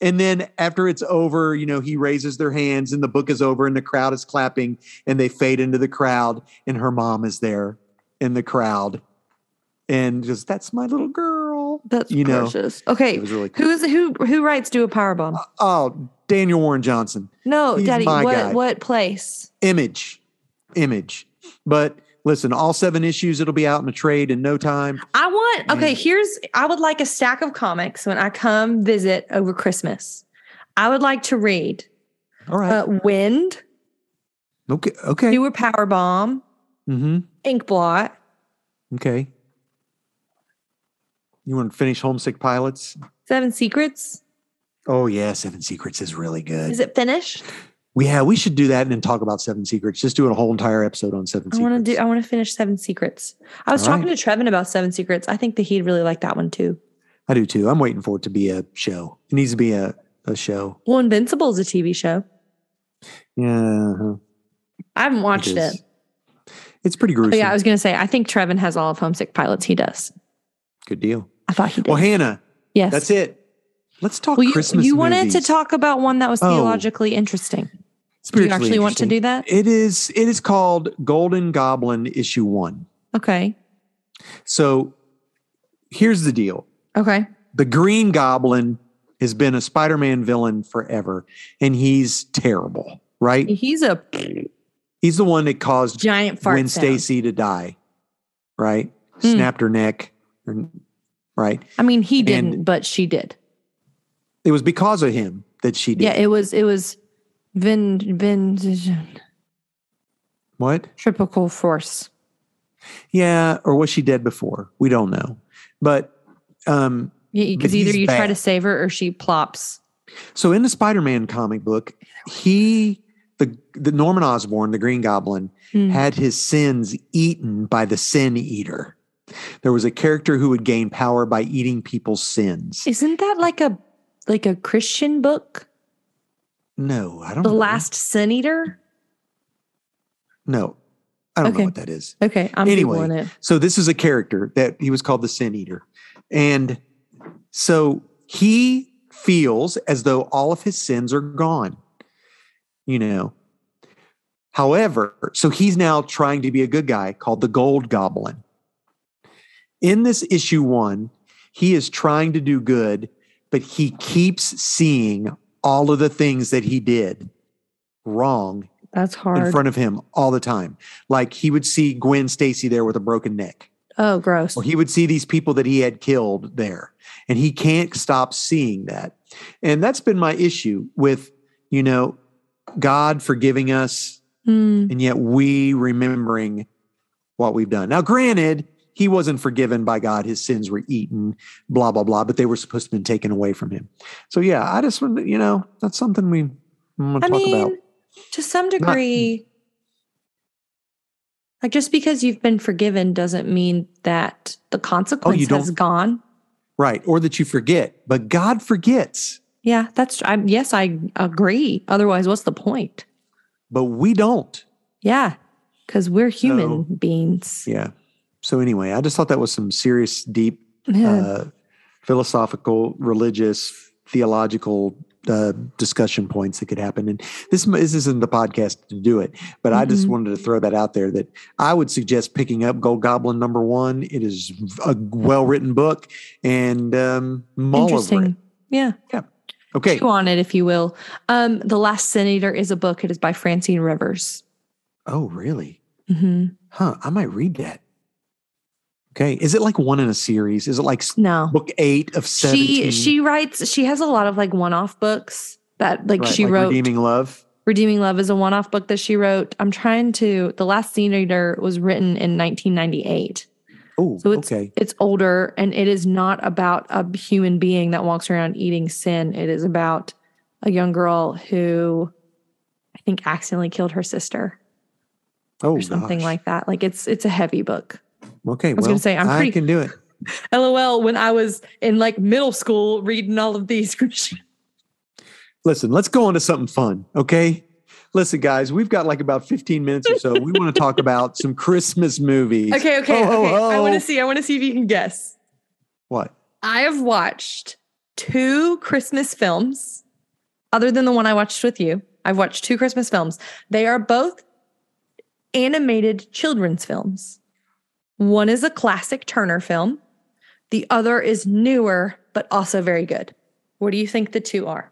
Speaker 1: And then after it's over, you know, he raises their hands and the book is over and the crowd is clapping and they fade into the crowd and her mom is there in the crowd and just, that's my little girl.
Speaker 2: That's
Speaker 1: You know,
Speaker 2: precious.
Speaker 1: It
Speaker 2: Okay,
Speaker 1: was really cool.
Speaker 2: who is who? Who writes do a power bomb?
Speaker 1: Oh, Daniel Warren Johnson.
Speaker 2: No,
Speaker 1: he's
Speaker 2: Daddy.
Speaker 1: my
Speaker 2: What
Speaker 1: guy.
Speaker 2: what place?
Speaker 1: Image. Image. But listen, all seven issues, it'll be out in a trade in no time.
Speaker 2: I want, okay,
Speaker 1: Yeah.
Speaker 2: here's, I would like a stack of comics when I come visit over Christmas. I would like to read
Speaker 1: All right.
Speaker 2: uh, Wind,
Speaker 1: okay. Okay.
Speaker 2: Newer Power Bomb,
Speaker 1: hmm
Speaker 2: Ink Blot.
Speaker 1: Okay. You want to finish Homesick Pilots?
Speaker 2: Seven Secrets.
Speaker 1: Oh yeah, Seven Secrets is really good.
Speaker 2: Is it finished?
Speaker 1: We- yeah, we should do that and then talk about Seven Secrets. Just do a whole entire episode on Seven
Speaker 2: I
Speaker 1: Secrets.
Speaker 2: want to do, I want to finish Seven Secrets. I was
Speaker 1: All
Speaker 2: talking to Trevin about Seven Secrets. I think that he'd really like that one too.
Speaker 1: I do too. I'm waiting for it to be a show. It needs to be a, a show.
Speaker 2: Well, Invincible is a TV show.
Speaker 1: Yeah, uh-huh.
Speaker 2: I haven't watched
Speaker 1: it
Speaker 2: it. Oh,
Speaker 1: is. It's pretty gruesome.
Speaker 2: But yeah, I was going to say, I think Trevin has all of Homesick Pilots. He does.
Speaker 1: Good deal.
Speaker 2: I thought he did.
Speaker 1: Well, Hannah,
Speaker 2: yes.
Speaker 1: that's it. Let's talk
Speaker 2: Well, you,
Speaker 1: Christmas.
Speaker 2: you wanted to
Speaker 1: movies.
Speaker 2: talk about one that was
Speaker 1: Oh.
Speaker 2: theologically interesting. Do you
Speaker 1: Spiritually
Speaker 2: actually want to
Speaker 1: interesting.
Speaker 2: do that?
Speaker 1: It is. It is called Golden Goblin Issue One.
Speaker 2: Okay.
Speaker 1: So here's the deal:
Speaker 2: Okay.
Speaker 1: the Green Goblin has been a Spider-Man villain forever, and he's terrible. Right?
Speaker 2: He's a
Speaker 1: He's the one that caused
Speaker 2: giant fart.
Speaker 1: when
Speaker 2: sound.
Speaker 1: Stacy to die, right?
Speaker 2: Hmm.
Speaker 1: Snapped her neck, or- right?
Speaker 2: I mean, he didn't,
Speaker 1: and-
Speaker 2: but she did.
Speaker 1: It was because of him that she did.
Speaker 2: Yeah, it was it was vin vin
Speaker 1: What?
Speaker 2: typical force.
Speaker 1: Yeah, or was she dead before? We don't know. But um,
Speaker 2: Yeah,
Speaker 1: But
Speaker 2: because either
Speaker 1: he's
Speaker 2: you try to
Speaker 1: bad.
Speaker 2: save her or she plops.
Speaker 1: so in the Spider-Man comic book, he the the Norman Osborn, the Green Goblin,
Speaker 2: Hmm.
Speaker 1: had his sins eaten by the sin eater. There was a character who would gain power by eating people's sins.
Speaker 2: Isn't that like a like a Christian book?
Speaker 1: No, I don't
Speaker 2: The
Speaker 1: know.
Speaker 2: Last Sin Eater.
Speaker 1: No. I don't
Speaker 2: Okay.
Speaker 1: know what that is.
Speaker 2: Okay, I'm
Speaker 1: Anyway.
Speaker 2: googling it.
Speaker 1: So this is a character that he was called the Sin Eater. And so he feels as though all of his sins are gone, you know. However, so he's now trying to be a good guy called the Gold Goblin. In this issue one, he is trying to do good, but he keeps seeing all of the things that he did wrong
Speaker 2: That's
Speaker 1: in
Speaker 2: hard.
Speaker 1: front of him all the time. Like he would see Gwen Stacy there with a broken neck,
Speaker 2: oh, gross.
Speaker 1: or he would see these people that he had killed there, and he can't stop seeing that. And that's been my issue with, you know, God forgiving us,
Speaker 2: Hmm.
Speaker 1: and yet we remembering what we've done. Now, granted, he wasn't forgiven by God; his sins were eaten, blah blah blah. But they were supposed to have been taken away from him. So, yeah, I just want to, you know, that's something we want
Speaker 2: I
Speaker 1: to talk
Speaker 2: mean,
Speaker 1: about.
Speaker 2: to some degree, like just because you've been forgiven doesn't mean that the consequence has
Speaker 1: Oh, don't-
Speaker 2: gone.
Speaker 1: Right. Or that you forget, but God forgets,
Speaker 2: Yeah, that's. I, yes, I agree. Otherwise, what's the point?
Speaker 1: but we don't.
Speaker 2: Yeah, because we're
Speaker 1: So-
Speaker 2: human beings.
Speaker 1: Yeah. So, anyway, I just thought that was some serious, deep, uh, philosophical, religious, theological uh, discussion points that could happen. And this, m- this isn't the podcast to do it, but I just
Speaker 2: Mhm.
Speaker 1: wanted to throw that out there that I would suggest picking up Gold Goblin number one. It is a well written book and um, mull over it.
Speaker 2: Interesting. Yeah,
Speaker 1: Okay.
Speaker 2: chew on it if you will. Um, the Last Senator is a book. It is by Francine Rivers.
Speaker 1: Oh, really? Mm-hmm.
Speaker 2: hmm
Speaker 1: Huh, I might read that. Okay, is it like one in a series? Is it like s-
Speaker 2: No,
Speaker 1: book eight of seventeen?
Speaker 2: she she writes. She has a lot of like one-off books that like
Speaker 1: Right,
Speaker 2: she wrote.
Speaker 1: redeeming love.
Speaker 2: Redeeming Love is a one off book that she wrote. I'm trying to, The Last Scene Reader was written in 1998.
Speaker 1: Oh,
Speaker 2: So it's-
Speaker 1: okay.
Speaker 2: It's older and it is not about a human being that walks around eating sin. It is about a young girl who I think accidentally killed her sister
Speaker 1: Oh,
Speaker 2: or something
Speaker 1: gosh.
Speaker 2: like that. Like it's it's a heavy book.
Speaker 1: Okay,
Speaker 2: was
Speaker 1: well,
Speaker 2: gonna say, I'm
Speaker 1: I
Speaker 2: pretty-
Speaker 1: can do it.
Speaker 2: LOL when I was in like middle school reading all of these
Speaker 1: Listen, let's go on to something fun. Okay, listen, guys, we've got like about fifteen minutes or so. We want to talk about some Christmas movies.
Speaker 2: Okay, okay,
Speaker 1: Ho, ho,
Speaker 2: okay. I want
Speaker 1: ho.
Speaker 2: to see. I want to see if you can guess.
Speaker 1: What?
Speaker 2: I have watched two Christmas films other than the one I watched with you. I've watched two Christmas films. They are both animated children's films. One is a classic Turner film, the other is newer, but also very good. What do you think the two are?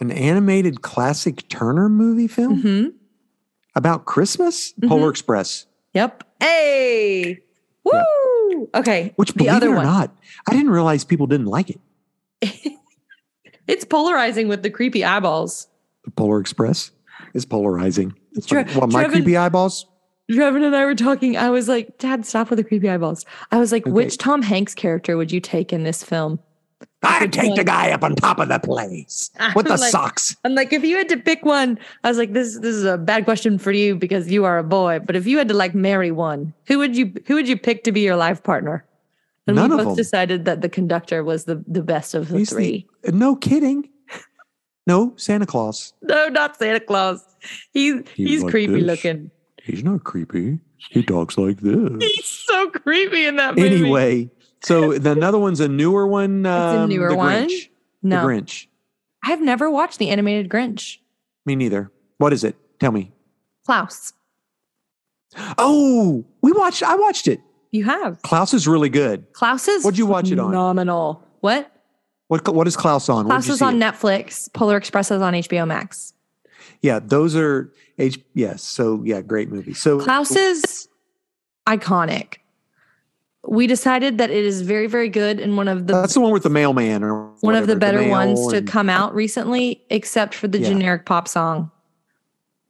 Speaker 1: An animated classic Turner movie film
Speaker 2: Mm-hmm.
Speaker 1: about Christmas? Polar Express.
Speaker 2: Yep. Hey.
Speaker 1: Yeah.
Speaker 2: Woo. Okay.
Speaker 1: Which,
Speaker 2: the
Speaker 1: believe
Speaker 2: other
Speaker 1: it or
Speaker 2: one.
Speaker 1: not, I didn't realize people didn't like it.
Speaker 2: It's polarizing with the creepy eyeballs.
Speaker 1: The Polar Express is polarizing. It's
Speaker 2: Dre-
Speaker 1: like, well, my
Speaker 2: Trevin-
Speaker 1: creepy eyeballs.
Speaker 2: Trevin and I were talking. I was like, Dad, stop with the creepy eyeballs. I was like,
Speaker 1: Okay.
Speaker 2: which Tom Hanks character would you take in this film?
Speaker 1: I
Speaker 2: Good
Speaker 1: take the
Speaker 2: point.
Speaker 1: guy up on top of the place with the
Speaker 2: Like-
Speaker 1: socks.
Speaker 2: I'm like, if you had to pick one, I was like, this this is a bad question for you because you are a boy. But if you had to like marry one, who would you who would you pick to be your life partner? And
Speaker 1: None
Speaker 2: we
Speaker 1: of them.
Speaker 2: both decided that the conductor was the the best of the
Speaker 1: He's the-
Speaker 2: three.
Speaker 1: No kidding. No, Santa Claus.
Speaker 2: no, not Santa Claus. He's
Speaker 1: He's
Speaker 2: he's
Speaker 1: like
Speaker 2: creepy
Speaker 1: this.
Speaker 2: looking.
Speaker 1: He's not creepy. He talks like this.
Speaker 2: He's so creepy in that movie.
Speaker 1: anyway, So the, another one's a newer one. Um,
Speaker 2: newer
Speaker 1: the
Speaker 2: one?
Speaker 1: Grinch.
Speaker 2: No,
Speaker 1: The Grinch.
Speaker 2: I've never watched the animated Grinch.
Speaker 1: Me neither. What is it? Tell me.
Speaker 2: Klaus,
Speaker 1: Oh, we watched. I watched it.
Speaker 2: you have
Speaker 1: Klaus is really good.
Speaker 2: Klaus is.
Speaker 1: What'd you watch it on?
Speaker 2: Phenomenal. What?
Speaker 1: What what is Klaus on? Where'd
Speaker 2: Klaus
Speaker 1: you
Speaker 2: is
Speaker 1: see
Speaker 2: on
Speaker 1: it?
Speaker 2: Netflix. Polar Express is on HBO Max.
Speaker 1: Yeah, those are H. Yes, so yeah, great movie. So
Speaker 2: Klaus is iconic. We decided that it is very, very good and one of the
Speaker 1: that's the one with the mailman or
Speaker 2: one of the
Speaker 1: whatever,
Speaker 2: better
Speaker 1: mail
Speaker 2: ones to
Speaker 1: and-
Speaker 2: come out recently, except for the
Speaker 1: Yeah.
Speaker 2: generic pop song.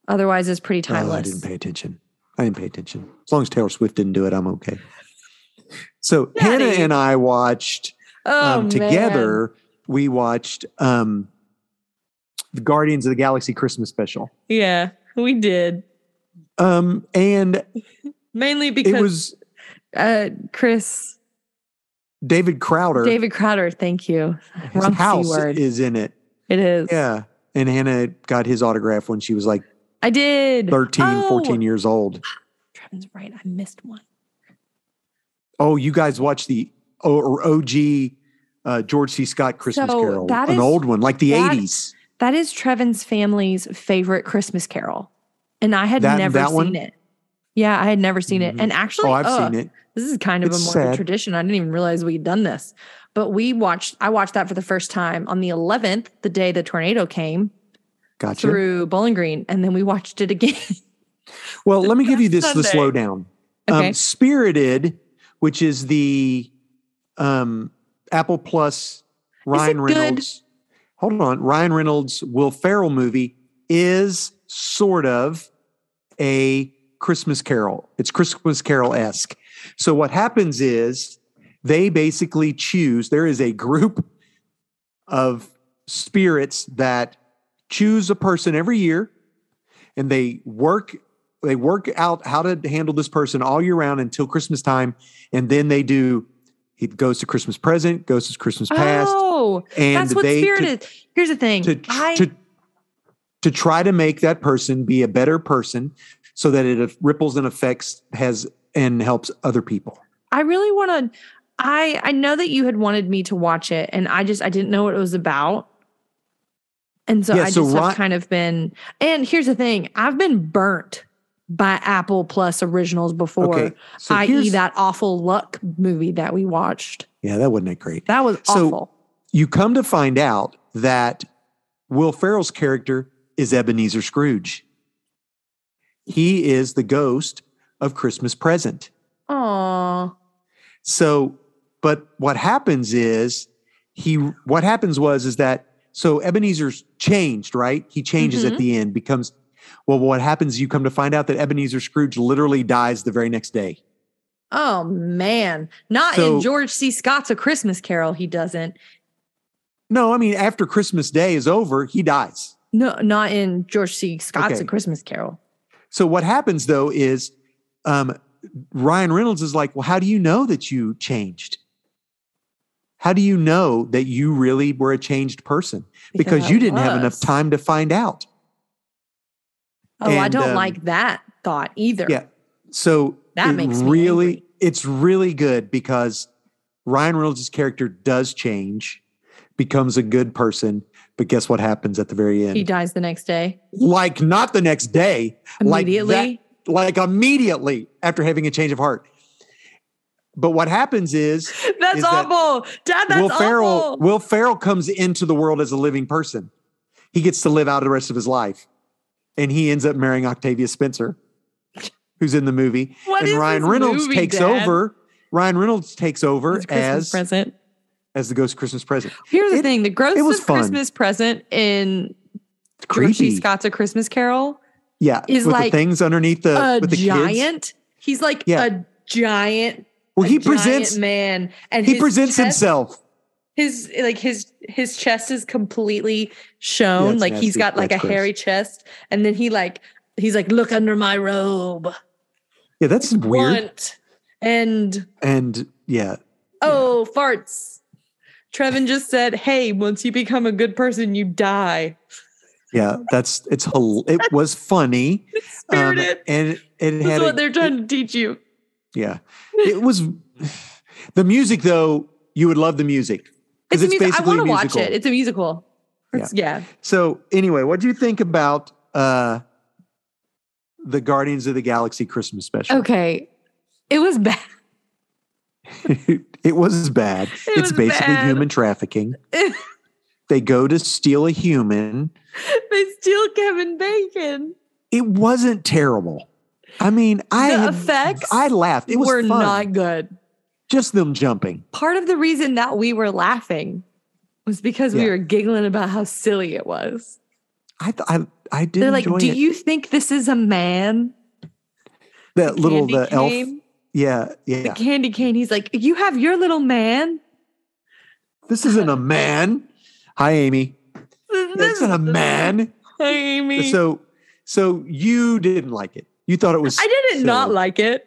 Speaker 2: Otherwise, it's pretty
Speaker 1: Oh, I
Speaker 2: timeless.
Speaker 1: didn't pay attention. I didn't pay attention. As long as Taylor Swift didn't do it, I'm okay. So
Speaker 2: Daddy.
Speaker 1: Hannah and I watched
Speaker 2: oh,
Speaker 1: um,
Speaker 2: man.
Speaker 1: together. We watched um, the Guardians of the Galaxy Christmas special,
Speaker 2: Yeah, we did.
Speaker 1: um, and
Speaker 2: Mainly because
Speaker 1: it was
Speaker 2: uh, Chris,
Speaker 1: David Crowder.
Speaker 2: David Crowder, thank you.
Speaker 1: his
Speaker 2: wrong C
Speaker 1: house
Speaker 2: word.
Speaker 1: is in it.
Speaker 2: It is.
Speaker 1: Yeah. And Hannah got his autograph when she was like
Speaker 2: I did.
Speaker 1: 13,
Speaker 2: Oh,
Speaker 1: 14 years old.
Speaker 2: Trevin's right. I missed one.
Speaker 1: Oh, you guys watched the O- OG uh, George C. Scott Christmas
Speaker 2: So
Speaker 1: Carol,
Speaker 2: that
Speaker 1: an
Speaker 2: is-
Speaker 1: old one, like the
Speaker 2: that-
Speaker 1: 80s.
Speaker 2: That is Trevin's family's favorite Christmas carol. And I had
Speaker 1: That-
Speaker 2: never
Speaker 1: that
Speaker 2: seen
Speaker 1: one?
Speaker 2: it. Yeah, I had never seen
Speaker 1: Mhm.
Speaker 2: it. And actually,
Speaker 1: Oh, I've
Speaker 2: uh,
Speaker 1: seen it.
Speaker 2: This is kind of a
Speaker 1: It's
Speaker 2: more of a
Speaker 1: sad.
Speaker 2: tradition. I didn't even realize we'd done this. But we watched, I watched that for the first time on the 11th, the day the tornado came
Speaker 1: Gotcha.
Speaker 2: through Bowling Green. And then we watched it again.
Speaker 1: Well, let me give you this
Speaker 2: Last
Speaker 1: the
Speaker 2: Sunday.
Speaker 1: slowdown.
Speaker 2: okay.
Speaker 1: Um, Spirited, which is the um, Apple Plus Ryan
Speaker 2: it good?
Speaker 1: Reynolds. Hold on, Ryan Reynolds Will Ferrell movie is sort of a Christmas Carol. It's Christmas Carol esque. So what happens is they basically choose. There is a group of spirits that choose a person every year, and they work they work out how to handle this person all year round until Christmas time, and then they do. It goes to Christmas present, goes to Christmas past,
Speaker 2: oh,
Speaker 1: and
Speaker 2: that's what
Speaker 1: they
Speaker 2: spirit
Speaker 1: to,
Speaker 2: is. Here's the thing.
Speaker 1: to, tr-
Speaker 2: I,
Speaker 1: to to try to make that person be a better person, so that it ripples and affects has and helps other people.
Speaker 2: I really want to. I I know that you had wanted me to watch it, and I just I didn't know what it was about, and so
Speaker 1: Yeah,
Speaker 2: I
Speaker 1: so
Speaker 2: just
Speaker 1: Ron-
Speaker 2: have kind of been. And here's the thing: I've been burnt by Apple Plus originals before,
Speaker 1: okay, so
Speaker 2: i.e.,
Speaker 1: here's-
Speaker 2: E that awful Luck movie that we watched.
Speaker 1: yeah, that wasn't that great.
Speaker 2: That was
Speaker 1: So-
Speaker 2: awful.
Speaker 1: You come to find out that Will Ferrell's character is Ebenezer Scrooge. He is the ghost of Christmas present.
Speaker 2: Aw,
Speaker 1: So, but what happens is he, what happens was, is that, so Ebenezer's changed, right? He changes
Speaker 2: Mhm.
Speaker 1: at the end, becomes, well, what happens, you come to find out that Ebenezer Scrooge literally dies the very next day.
Speaker 2: oh man, not
Speaker 1: So-
Speaker 2: in George C. Scott's A Christmas Carol. He doesn't.
Speaker 1: No, I mean, after Christmas Day is over, he dies.
Speaker 2: No, not in George C. Scott's
Speaker 1: Okay.
Speaker 2: A Christmas Carol.
Speaker 1: So what happens though is um, Ryan Reynolds is like, well, how do you know that you changed? How do you know that you really were a changed person? Because,
Speaker 2: I
Speaker 1: you didn't have
Speaker 2: was.
Speaker 1: enough time to find out.
Speaker 2: Oh, I
Speaker 1: And,
Speaker 2: don't
Speaker 1: um,
Speaker 2: like that thought either.
Speaker 1: Yeah. So
Speaker 2: That
Speaker 1: it
Speaker 2: makes me
Speaker 1: really
Speaker 2: angry.
Speaker 1: it's really good because Ryan Reynolds' character does change, becomes a good person, but guess what happens at the very end?
Speaker 2: He dies the next day
Speaker 1: like not the next day, Like that-
Speaker 2: immediately.
Speaker 1: like immediately after having a change of heart. But what happens is
Speaker 2: that's
Speaker 1: is that
Speaker 2: awful. Dad, that's
Speaker 1: Will Ferrell
Speaker 2: awful.
Speaker 1: Will Ferrell comes into the world as a living person. He gets to live out the rest of his life, and he ends up marrying Octavia Spencer, who's in the movie.
Speaker 2: What
Speaker 1: and
Speaker 2: is
Speaker 1: Ryan
Speaker 2: this
Speaker 1: Reynolds
Speaker 2: movie,
Speaker 1: takes
Speaker 2: Dad?
Speaker 1: over. Ryan Reynolds takes over
Speaker 2: It's Christmas
Speaker 1: as
Speaker 2: present.
Speaker 1: as the Ghost Christmas Present.
Speaker 2: Here's the
Speaker 1: it-
Speaker 2: thing: the gross
Speaker 1: was
Speaker 2: of
Speaker 1: fun.
Speaker 2: Christmas present in
Speaker 1: It's
Speaker 2: George C.
Speaker 1: creepy.
Speaker 2: Scott's A Christmas Carol.
Speaker 1: yeah,
Speaker 2: is
Speaker 1: with
Speaker 2: like
Speaker 1: the things underneath the
Speaker 2: a
Speaker 1: Uh, with the kids.
Speaker 2: giant. He's like
Speaker 1: Yeah.
Speaker 2: a giant.
Speaker 1: Well,
Speaker 2: a
Speaker 1: he
Speaker 2: giant
Speaker 1: presents
Speaker 2: man, and
Speaker 1: he
Speaker 2: his
Speaker 1: presents
Speaker 2: chest-
Speaker 1: himself.
Speaker 2: His like his his chest is completely shown.
Speaker 1: it's
Speaker 2: like he's
Speaker 1: nasty.
Speaker 2: got like
Speaker 1: That's
Speaker 2: a
Speaker 1: gross.
Speaker 2: hairy chest, and then he like he's like look under my robe.
Speaker 1: Yeah, that's weird.
Speaker 2: want and
Speaker 1: And yeah,
Speaker 2: oh farts trevin just said hey once you become a good person you die
Speaker 1: yeah, that's it's hel- it was funny. Um,
Speaker 2: spirited
Speaker 1: and it
Speaker 2: that's
Speaker 1: had a-
Speaker 2: what they're trying to teach you
Speaker 1: Yeah. It was The music, though, you would love the music
Speaker 2: It's,
Speaker 1: because
Speaker 2: a
Speaker 1: it's,
Speaker 2: music- I
Speaker 1: basically
Speaker 2: want to watch
Speaker 1: musical.
Speaker 2: it. It's a musical. It's- yeah.
Speaker 1: So anyway, what do you think about uh the Guardians of the Galaxy Christmas special?
Speaker 2: Okay. It was bad.
Speaker 1: it was bad.
Speaker 2: It
Speaker 1: it's
Speaker 2: was
Speaker 1: basically
Speaker 2: bad.
Speaker 1: human trafficking. they go to steal a human.
Speaker 2: they steal Kevin Bacon.
Speaker 1: It wasn't terrible. I mean, I
Speaker 2: the
Speaker 1: had-
Speaker 2: effects
Speaker 1: I laughed. It was
Speaker 2: were
Speaker 1: fun.
Speaker 2: not good.
Speaker 1: just them jumping.
Speaker 2: Part of the reason that we were laughing was because we
Speaker 1: Yeah.
Speaker 2: were giggling about how silly it was.
Speaker 1: I th- I I did
Speaker 2: They're like,
Speaker 1: enjoy
Speaker 2: "Do
Speaker 1: it.
Speaker 2: you think this is a man?"
Speaker 1: that little the elf.
Speaker 2: cane,
Speaker 1: Yeah,
Speaker 2: the
Speaker 1: yeah.
Speaker 2: candy cane. He's like, "You have your little man."
Speaker 1: This isn't a man. Hi, Amy. This isn't a man.
Speaker 2: I mean,
Speaker 1: So, so you didn't like it. You thought it was.
Speaker 2: I didn't not
Speaker 1: silly.
Speaker 2: like it.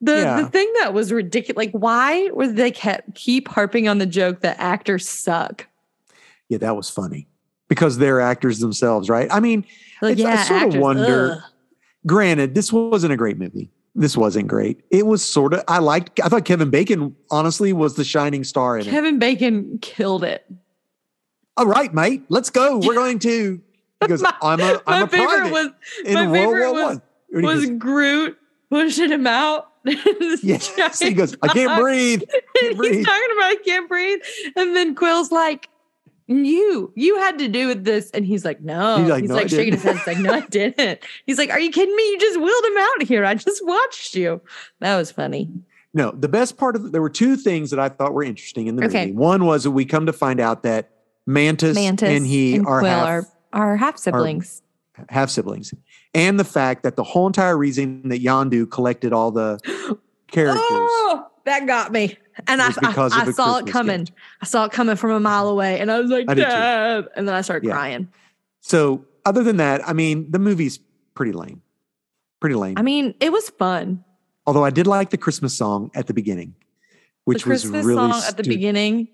Speaker 2: The
Speaker 1: Yeah.
Speaker 2: the thing that was ridiculous, like why were they kept keep harping on the joke that actors suck?
Speaker 1: Yeah, that was funny because they're actors themselves, right? I mean,
Speaker 2: Like,
Speaker 1: It's- I
Speaker 2: yeah,
Speaker 1: sorta
Speaker 2: actors,
Speaker 1: wonder-
Speaker 2: ugh.
Speaker 1: granted, this wasn't a great movie. This wasn't great. It was sort of. I liked. I thought Kevin Bacon honestly was the shining star in it.
Speaker 2: Kevin Bacon killed it.
Speaker 1: All right, mate, let's go. We're going to because
Speaker 2: My-
Speaker 1: I'm a I'm
Speaker 2: my
Speaker 1: a
Speaker 2: favorite
Speaker 1: private
Speaker 2: was
Speaker 1: in
Speaker 2: my
Speaker 1: World War
Speaker 2: favorite was-
Speaker 1: One. And he
Speaker 2: was
Speaker 1: goes,
Speaker 2: Groot pushing him out.
Speaker 1: yes, he goes. I can't breathe.
Speaker 2: He's
Speaker 1: breathe.
Speaker 2: talking about I can't breathe, and then Quill's like, "You, you had to do with this," and he's like, "No."
Speaker 1: He's like,
Speaker 2: He's like,
Speaker 1: "No, I
Speaker 2: shaking his
Speaker 1: didn't."
Speaker 2: head. He's like, "No, I didn't." He's like, "Are you kidding me? You just wheeled him out here. I just watched you." That was funny.
Speaker 1: No, the best part of there were two things that I thought were interesting in the
Speaker 2: Okay.
Speaker 1: movie. One was that we come to find out that Mantis,
Speaker 2: Mantis
Speaker 1: and he are
Speaker 2: Quill
Speaker 1: half,
Speaker 2: are are half siblings.
Speaker 1: half siblings, and the fact that the whole entire reason that Yandu collected all the characters
Speaker 2: Oh, that got me, and
Speaker 1: It
Speaker 2: I
Speaker 1: was because
Speaker 2: I,
Speaker 1: of
Speaker 2: I
Speaker 1: a
Speaker 2: saw it
Speaker 1: Christmas
Speaker 2: coming.
Speaker 1: gift.
Speaker 2: I saw it coming from a mile away, and I was like,
Speaker 1: I did too.
Speaker 2: "Dad," and then I started
Speaker 1: Yeah.
Speaker 2: crying.
Speaker 1: So, other than that, I mean, the movie's pretty lame, pretty lame.
Speaker 2: I mean, it was fun.
Speaker 1: Although I did like the Christmas song at the beginning, which
Speaker 2: the Christmas
Speaker 1: was really
Speaker 2: song at the
Speaker 1: stu-
Speaker 2: beginning.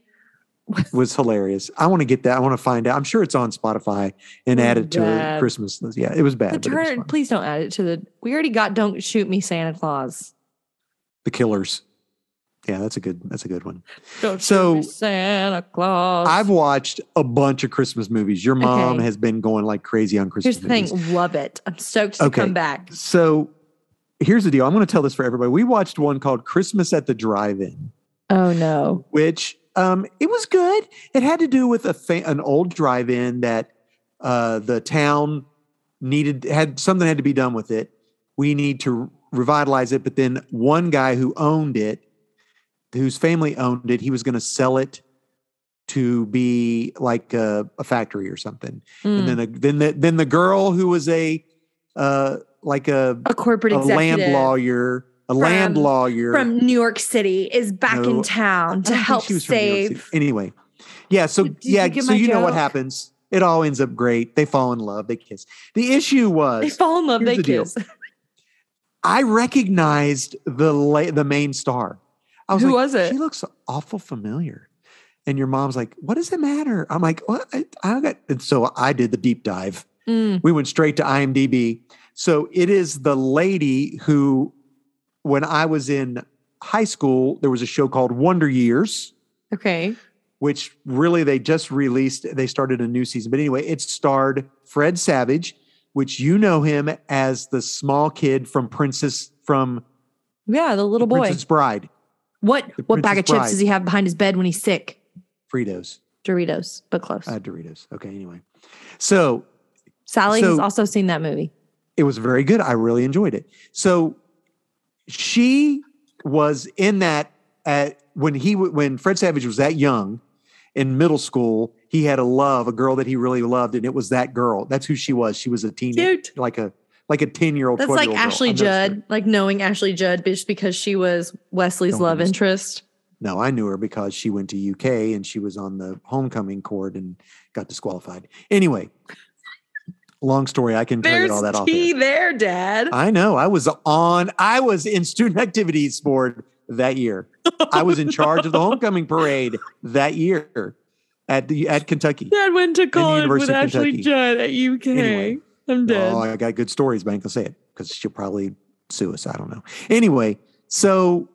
Speaker 1: was hilarious. I want to get that. I want to find out. I'm sure it's on Spotify and
Speaker 2: It was
Speaker 1: add it to a
Speaker 2: bad.
Speaker 1: Christmas. list. Yeah, it was bad.
Speaker 2: The
Speaker 1: but it was
Speaker 2: Mm, turn,
Speaker 1: fun.
Speaker 2: please don't add it to the. We already got "Don't Shoot Me, Santa Claus."
Speaker 1: the Killers. Yeah, that's a good. That's a good one.
Speaker 2: Don't
Speaker 1: So,
Speaker 2: shoot me, Santa Claus.
Speaker 1: I've watched a bunch of Christmas movies. Your mom
Speaker 2: Oh. Okay.
Speaker 1: has been going like crazy on Christmas.
Speaker 2: here's the
Speaker 1: movies.
Speaker 2: thing. Love it. I'm stoked to
Speaker 1: Okay.
Speaker 2: come back.
Speaker 1: So here's the deal. I'm going to tell this for everybody. We watched one called Christmas at the Drive-In,
Speaker 2: Oh no.
Speaker 1: which um, it was good. It had to do with a fa- an old drive-in that uh, the town needed had something had to be done with it. We need to revitalize it, but then one guy who owned it, whose family owned it, he was going to sell it to be like a, a factory or something. And
Speaker 2: Mm.
Speaker 1: then a, then the, then the girl who was a uh, like a
Speaker 2: a corporate
Speaker 1: a
Speaker 2: executive
Speaker 1: land lawyer, a land
Speaker 2: from-
Speaker 1: lawyer
Speaker 2: from New York City is back
Speaker 1: No,
Speaker 2: in town
Speaker 1: I
Speaker 2: to
Speaker 1: don't think
Speaker 2: help
Speaker 1: she was from New York
Speaker 2: save.
Speaker 1: City. Anyway, yeah. So
Speaker 2: Did you
Speaker 1: yeah.
Speaker 2: get
Speaker 1: So
Speaker 2: my
Speaker 1: you know what
Speaker 2: joke?
Speaker 1: happens. It all ends up great. They fall in love. They kiss. The issue
Speaker 2: They
Speaker 1: was
Speaker 2: fall in love.
Speaker 1: Here's
Speaker 2: They
Speaker 1: the deal.
Speaker 2: kiss.
Speaker 1: I recognized the la- the main star. I was
Speaker 2: Who
Speaker 1: like,
Speaker 2: was it?
Speaker 1: She looks awful familiar. And your mom's like, "What does it matter?" I'm like, "What?" I, I got. And so I did the deep dive.
Speaker 2: Mm.
Speaker 1: we went straight to IMDb. So it is the lady who, when I was in high school, there was a show called Wonder Years,
Speaker 2: Okay.
Speaker 1: which really they just released. They started a new season. But anyway, it starred Fred Savage, which you know him as the small kid from Princess from
Speaker 2: Yeah, the little boy.
Speaker 1: Princess Bride,
Speaker 2: what
Speaker 1: the
Speaker 2: what bag
Speaker 1: Princess
Speaker 2: of chips
Speaker 1: Bride.
Speaker 2: does he have behind his bed when he's sick?
Speaker 1: Fritos,
Speaker 2: Doritos, but close.
Speaker 1: uh, Doritos. Okay, anyway. So
Speaker 2: Sally has
Speaker 1: so-
Speaker 2: also seen that movie.
Speaker 1: it was very good. I really enjoyed it. So she was in that at when he w- when Fred Savage was that young in middle school, he had a love, a girl that he really loved, and it was that girl. That's who she was. She was a teenager,
Speaker 2: Cute.
Speaker 1: like a like a ten year old.
Speaker 2: That's like Ashley Judd, like knowing Ashley Judd just because she was Wesley's
Speaker 1: Don't
Speaker 2: love
Speaker 1: lose.
Speaker 2: interest.
Speaker 1: No, I knew her because she went to UK and she was on the homecoming court and got disqualified. Anyway, long story. I can tell
Speaker 2: There's
Speaker 1: you all that off. air.
Speaker 2: tea there, Dad.
Speaker 1: I know. I was on. I was in student activities board that year. I was in charge of the homecoming parade that year at the at Kentucky.
Speaker 2: Dad went to college with
Speaker 1: University of
Speaker 2: Ashley
Speaker 1: Kentucky.
Speaker 2: Judd at UK.
Speaker 1: Anyway.
Speaker 2: I'm dead.
Speaker 1: Oh, I got good stories, but I ain't gonna say it because she'll probably sue us. I don't know. Anyway, so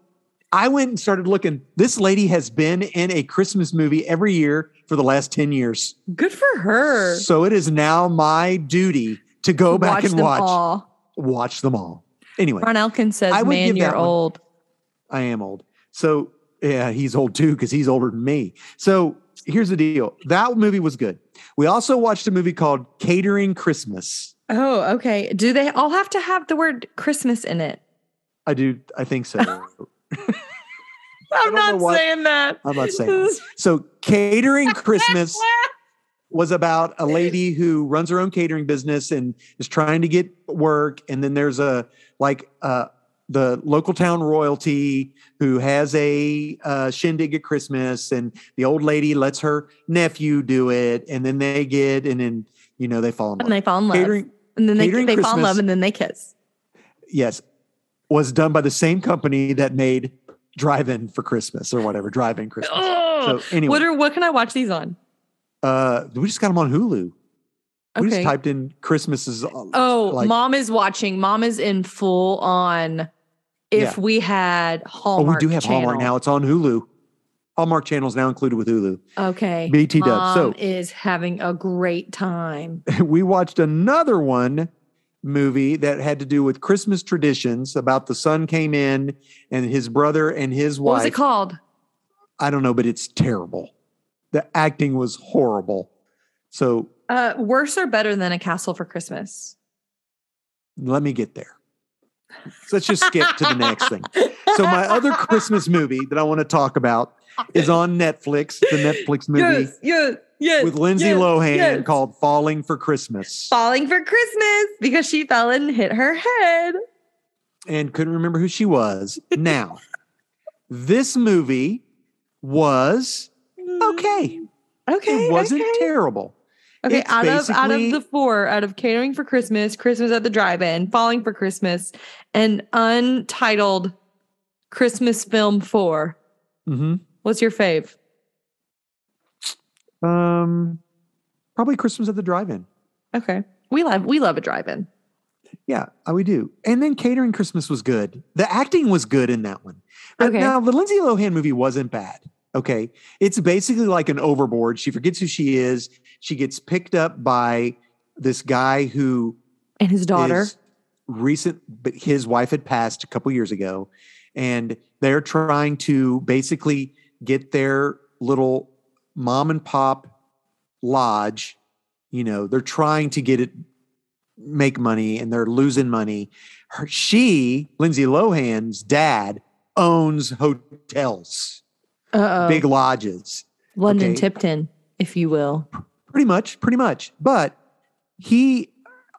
Speaker 1: I went and started looking. This lady has been in a Christmas movie every year for the last 10 years.
Speaker 2: Good for her.
Speaker 1: So it is now my duty to go back and
Speaker 2: them
Speaker 1: watch
Speaker 2: all.
Speaker 1: watch them all. Anyway,
Speaker 2: Ron Elkins says,
Speaker 1: I would
Speaker 2: "Man,
Speaker 1: give
Speaker 2: you're
Speaker 1: that one.
Speaker 2: old."
Speaker 1: I am old. So yeah, he's old too because he's older than me. So here's the deal. That movie was good. We also watched a movie called Catering Christmas.
Speaker 2: Oh, okay. Do they all have to have the word Christmas in it?
Speaker 1: I do. I think so.
Speaker 2: I'm
Speaker 1: don't know
Speaker 2: not
Speaker 1: what-
Speaker 2: saying that.
Speaker 1: I'm not saying. So Catering Christmas was about a lady who runs her own catering business and is trying to get work. And then there's a like uh, the local town royalty who has a uh, shindig at Christmas, and the old lady lets her nephew do it, and then they get and then you know they fall in love.
Speaker 2: and they fall in love.
Speaker 1: catering,
Speaker 2: and then they,
Speaker 1: catering
Speaker 2: they fall in
Speaker 1: Christmas-
Speaker 2: love and then they kiss.
Speaker 1: yes, was done by the same company that made Drive-In for Christmas or whatever Drive-In Christmas.
Speaker 2: Oh,
Speaker 1: So anyway,
Speaker 2: what are what can I watch these on?
Speaker 1: uh, we just got them on Hulu. We just
Speaker 2: Okay.
Speaker 1: typed in Christmases.
Speaker 2: oh,
Speaker 1: like-
Speaker 2: mom is watching. Mom is in full on. If we had
Speaker 1: Oh, we
Speaker 2: Hallmark,
Speaker 1: do have Hallmark now.
Speaker 2: Channel.
Speaker 1: It's on Hulu. Hallmark channels now included with Hulu.
Speaker 2: Okay,
Speaker 1: BT dub.
Speaker 2: mom
Speaker 1: So
Speaker 2: is having a great time.
Speaker 1: we watched another one movie that had to do with Christmas traditions about the son came in and his brother and his
Speaker 2: What was it
Speaker 1: wife.
Speaker 2: called?
Speaker 1: I don't know, but it's terrible. The acting was horrible. So
Speaker 2: Uh, worse or better than a castle for Christmas?
Speaker 1: let me get there. So let's just skip to the next thing. So my other Christmas movie that I want to talk about is on Netflix, the Netflix movie
Speaker 2: Yes, yes, yes.
Speaker 1: with Lindsay
Speaker 2: yes,
Speaker 1: Lohan
Speaker 2: yes.
Speaker 1: called Falling for Christmas.
Speaker 2: falling for Christmas because she fell and hit her head.
Speaker 1: and couldn't remember who she was. Now, this movie was okay.
Speaker 2: Okay.
Speaker 1: it wasn't
Speaker 2: okay.
Speaker 1: terrible.
Speaker 2: Okay,
Speaker 1: It's
Speaker 2: out of out of
Speaker 1: basically-
Speaker 2: the four, out of catering for Christmas, Christmas at the drive-in, falling for Christmas, and untitled Christmas film four.
Speaker 1: Mm-hmm.
Speaker 2: What's your fave?
Speaker 1: Um, probably Christmas at the drive-in.
Speaker 2: Okay, we love we love a drive-in.
Speaker 1: Yeah, uh, we do. And then catering Christmas was good. The acting was good in that one. But
Speaker 2: Okay.
Speaker 1: now the Lindsay Lohan movie wasn't bad. Okay. It's basically like an overboard. She forgets who she is. She gets picked up by this guy who
Speaker 2: And his daughter.
Speaker 1: is recent, but his wife had passed a couple years ago, and they're trying to basically get their little mom and pop lodge. You know, they're trying to get it make money, and they're losing money. Her, she, Lindsay Lohan's dad, owns hotels,
Speaker 2: Uh
Speaker 1: big lodges,
Speaker 2: London
Speaker 1: okay.
Speaker 2: Tipton, if you will.
Speaker 1: pretty much, pretty much. But he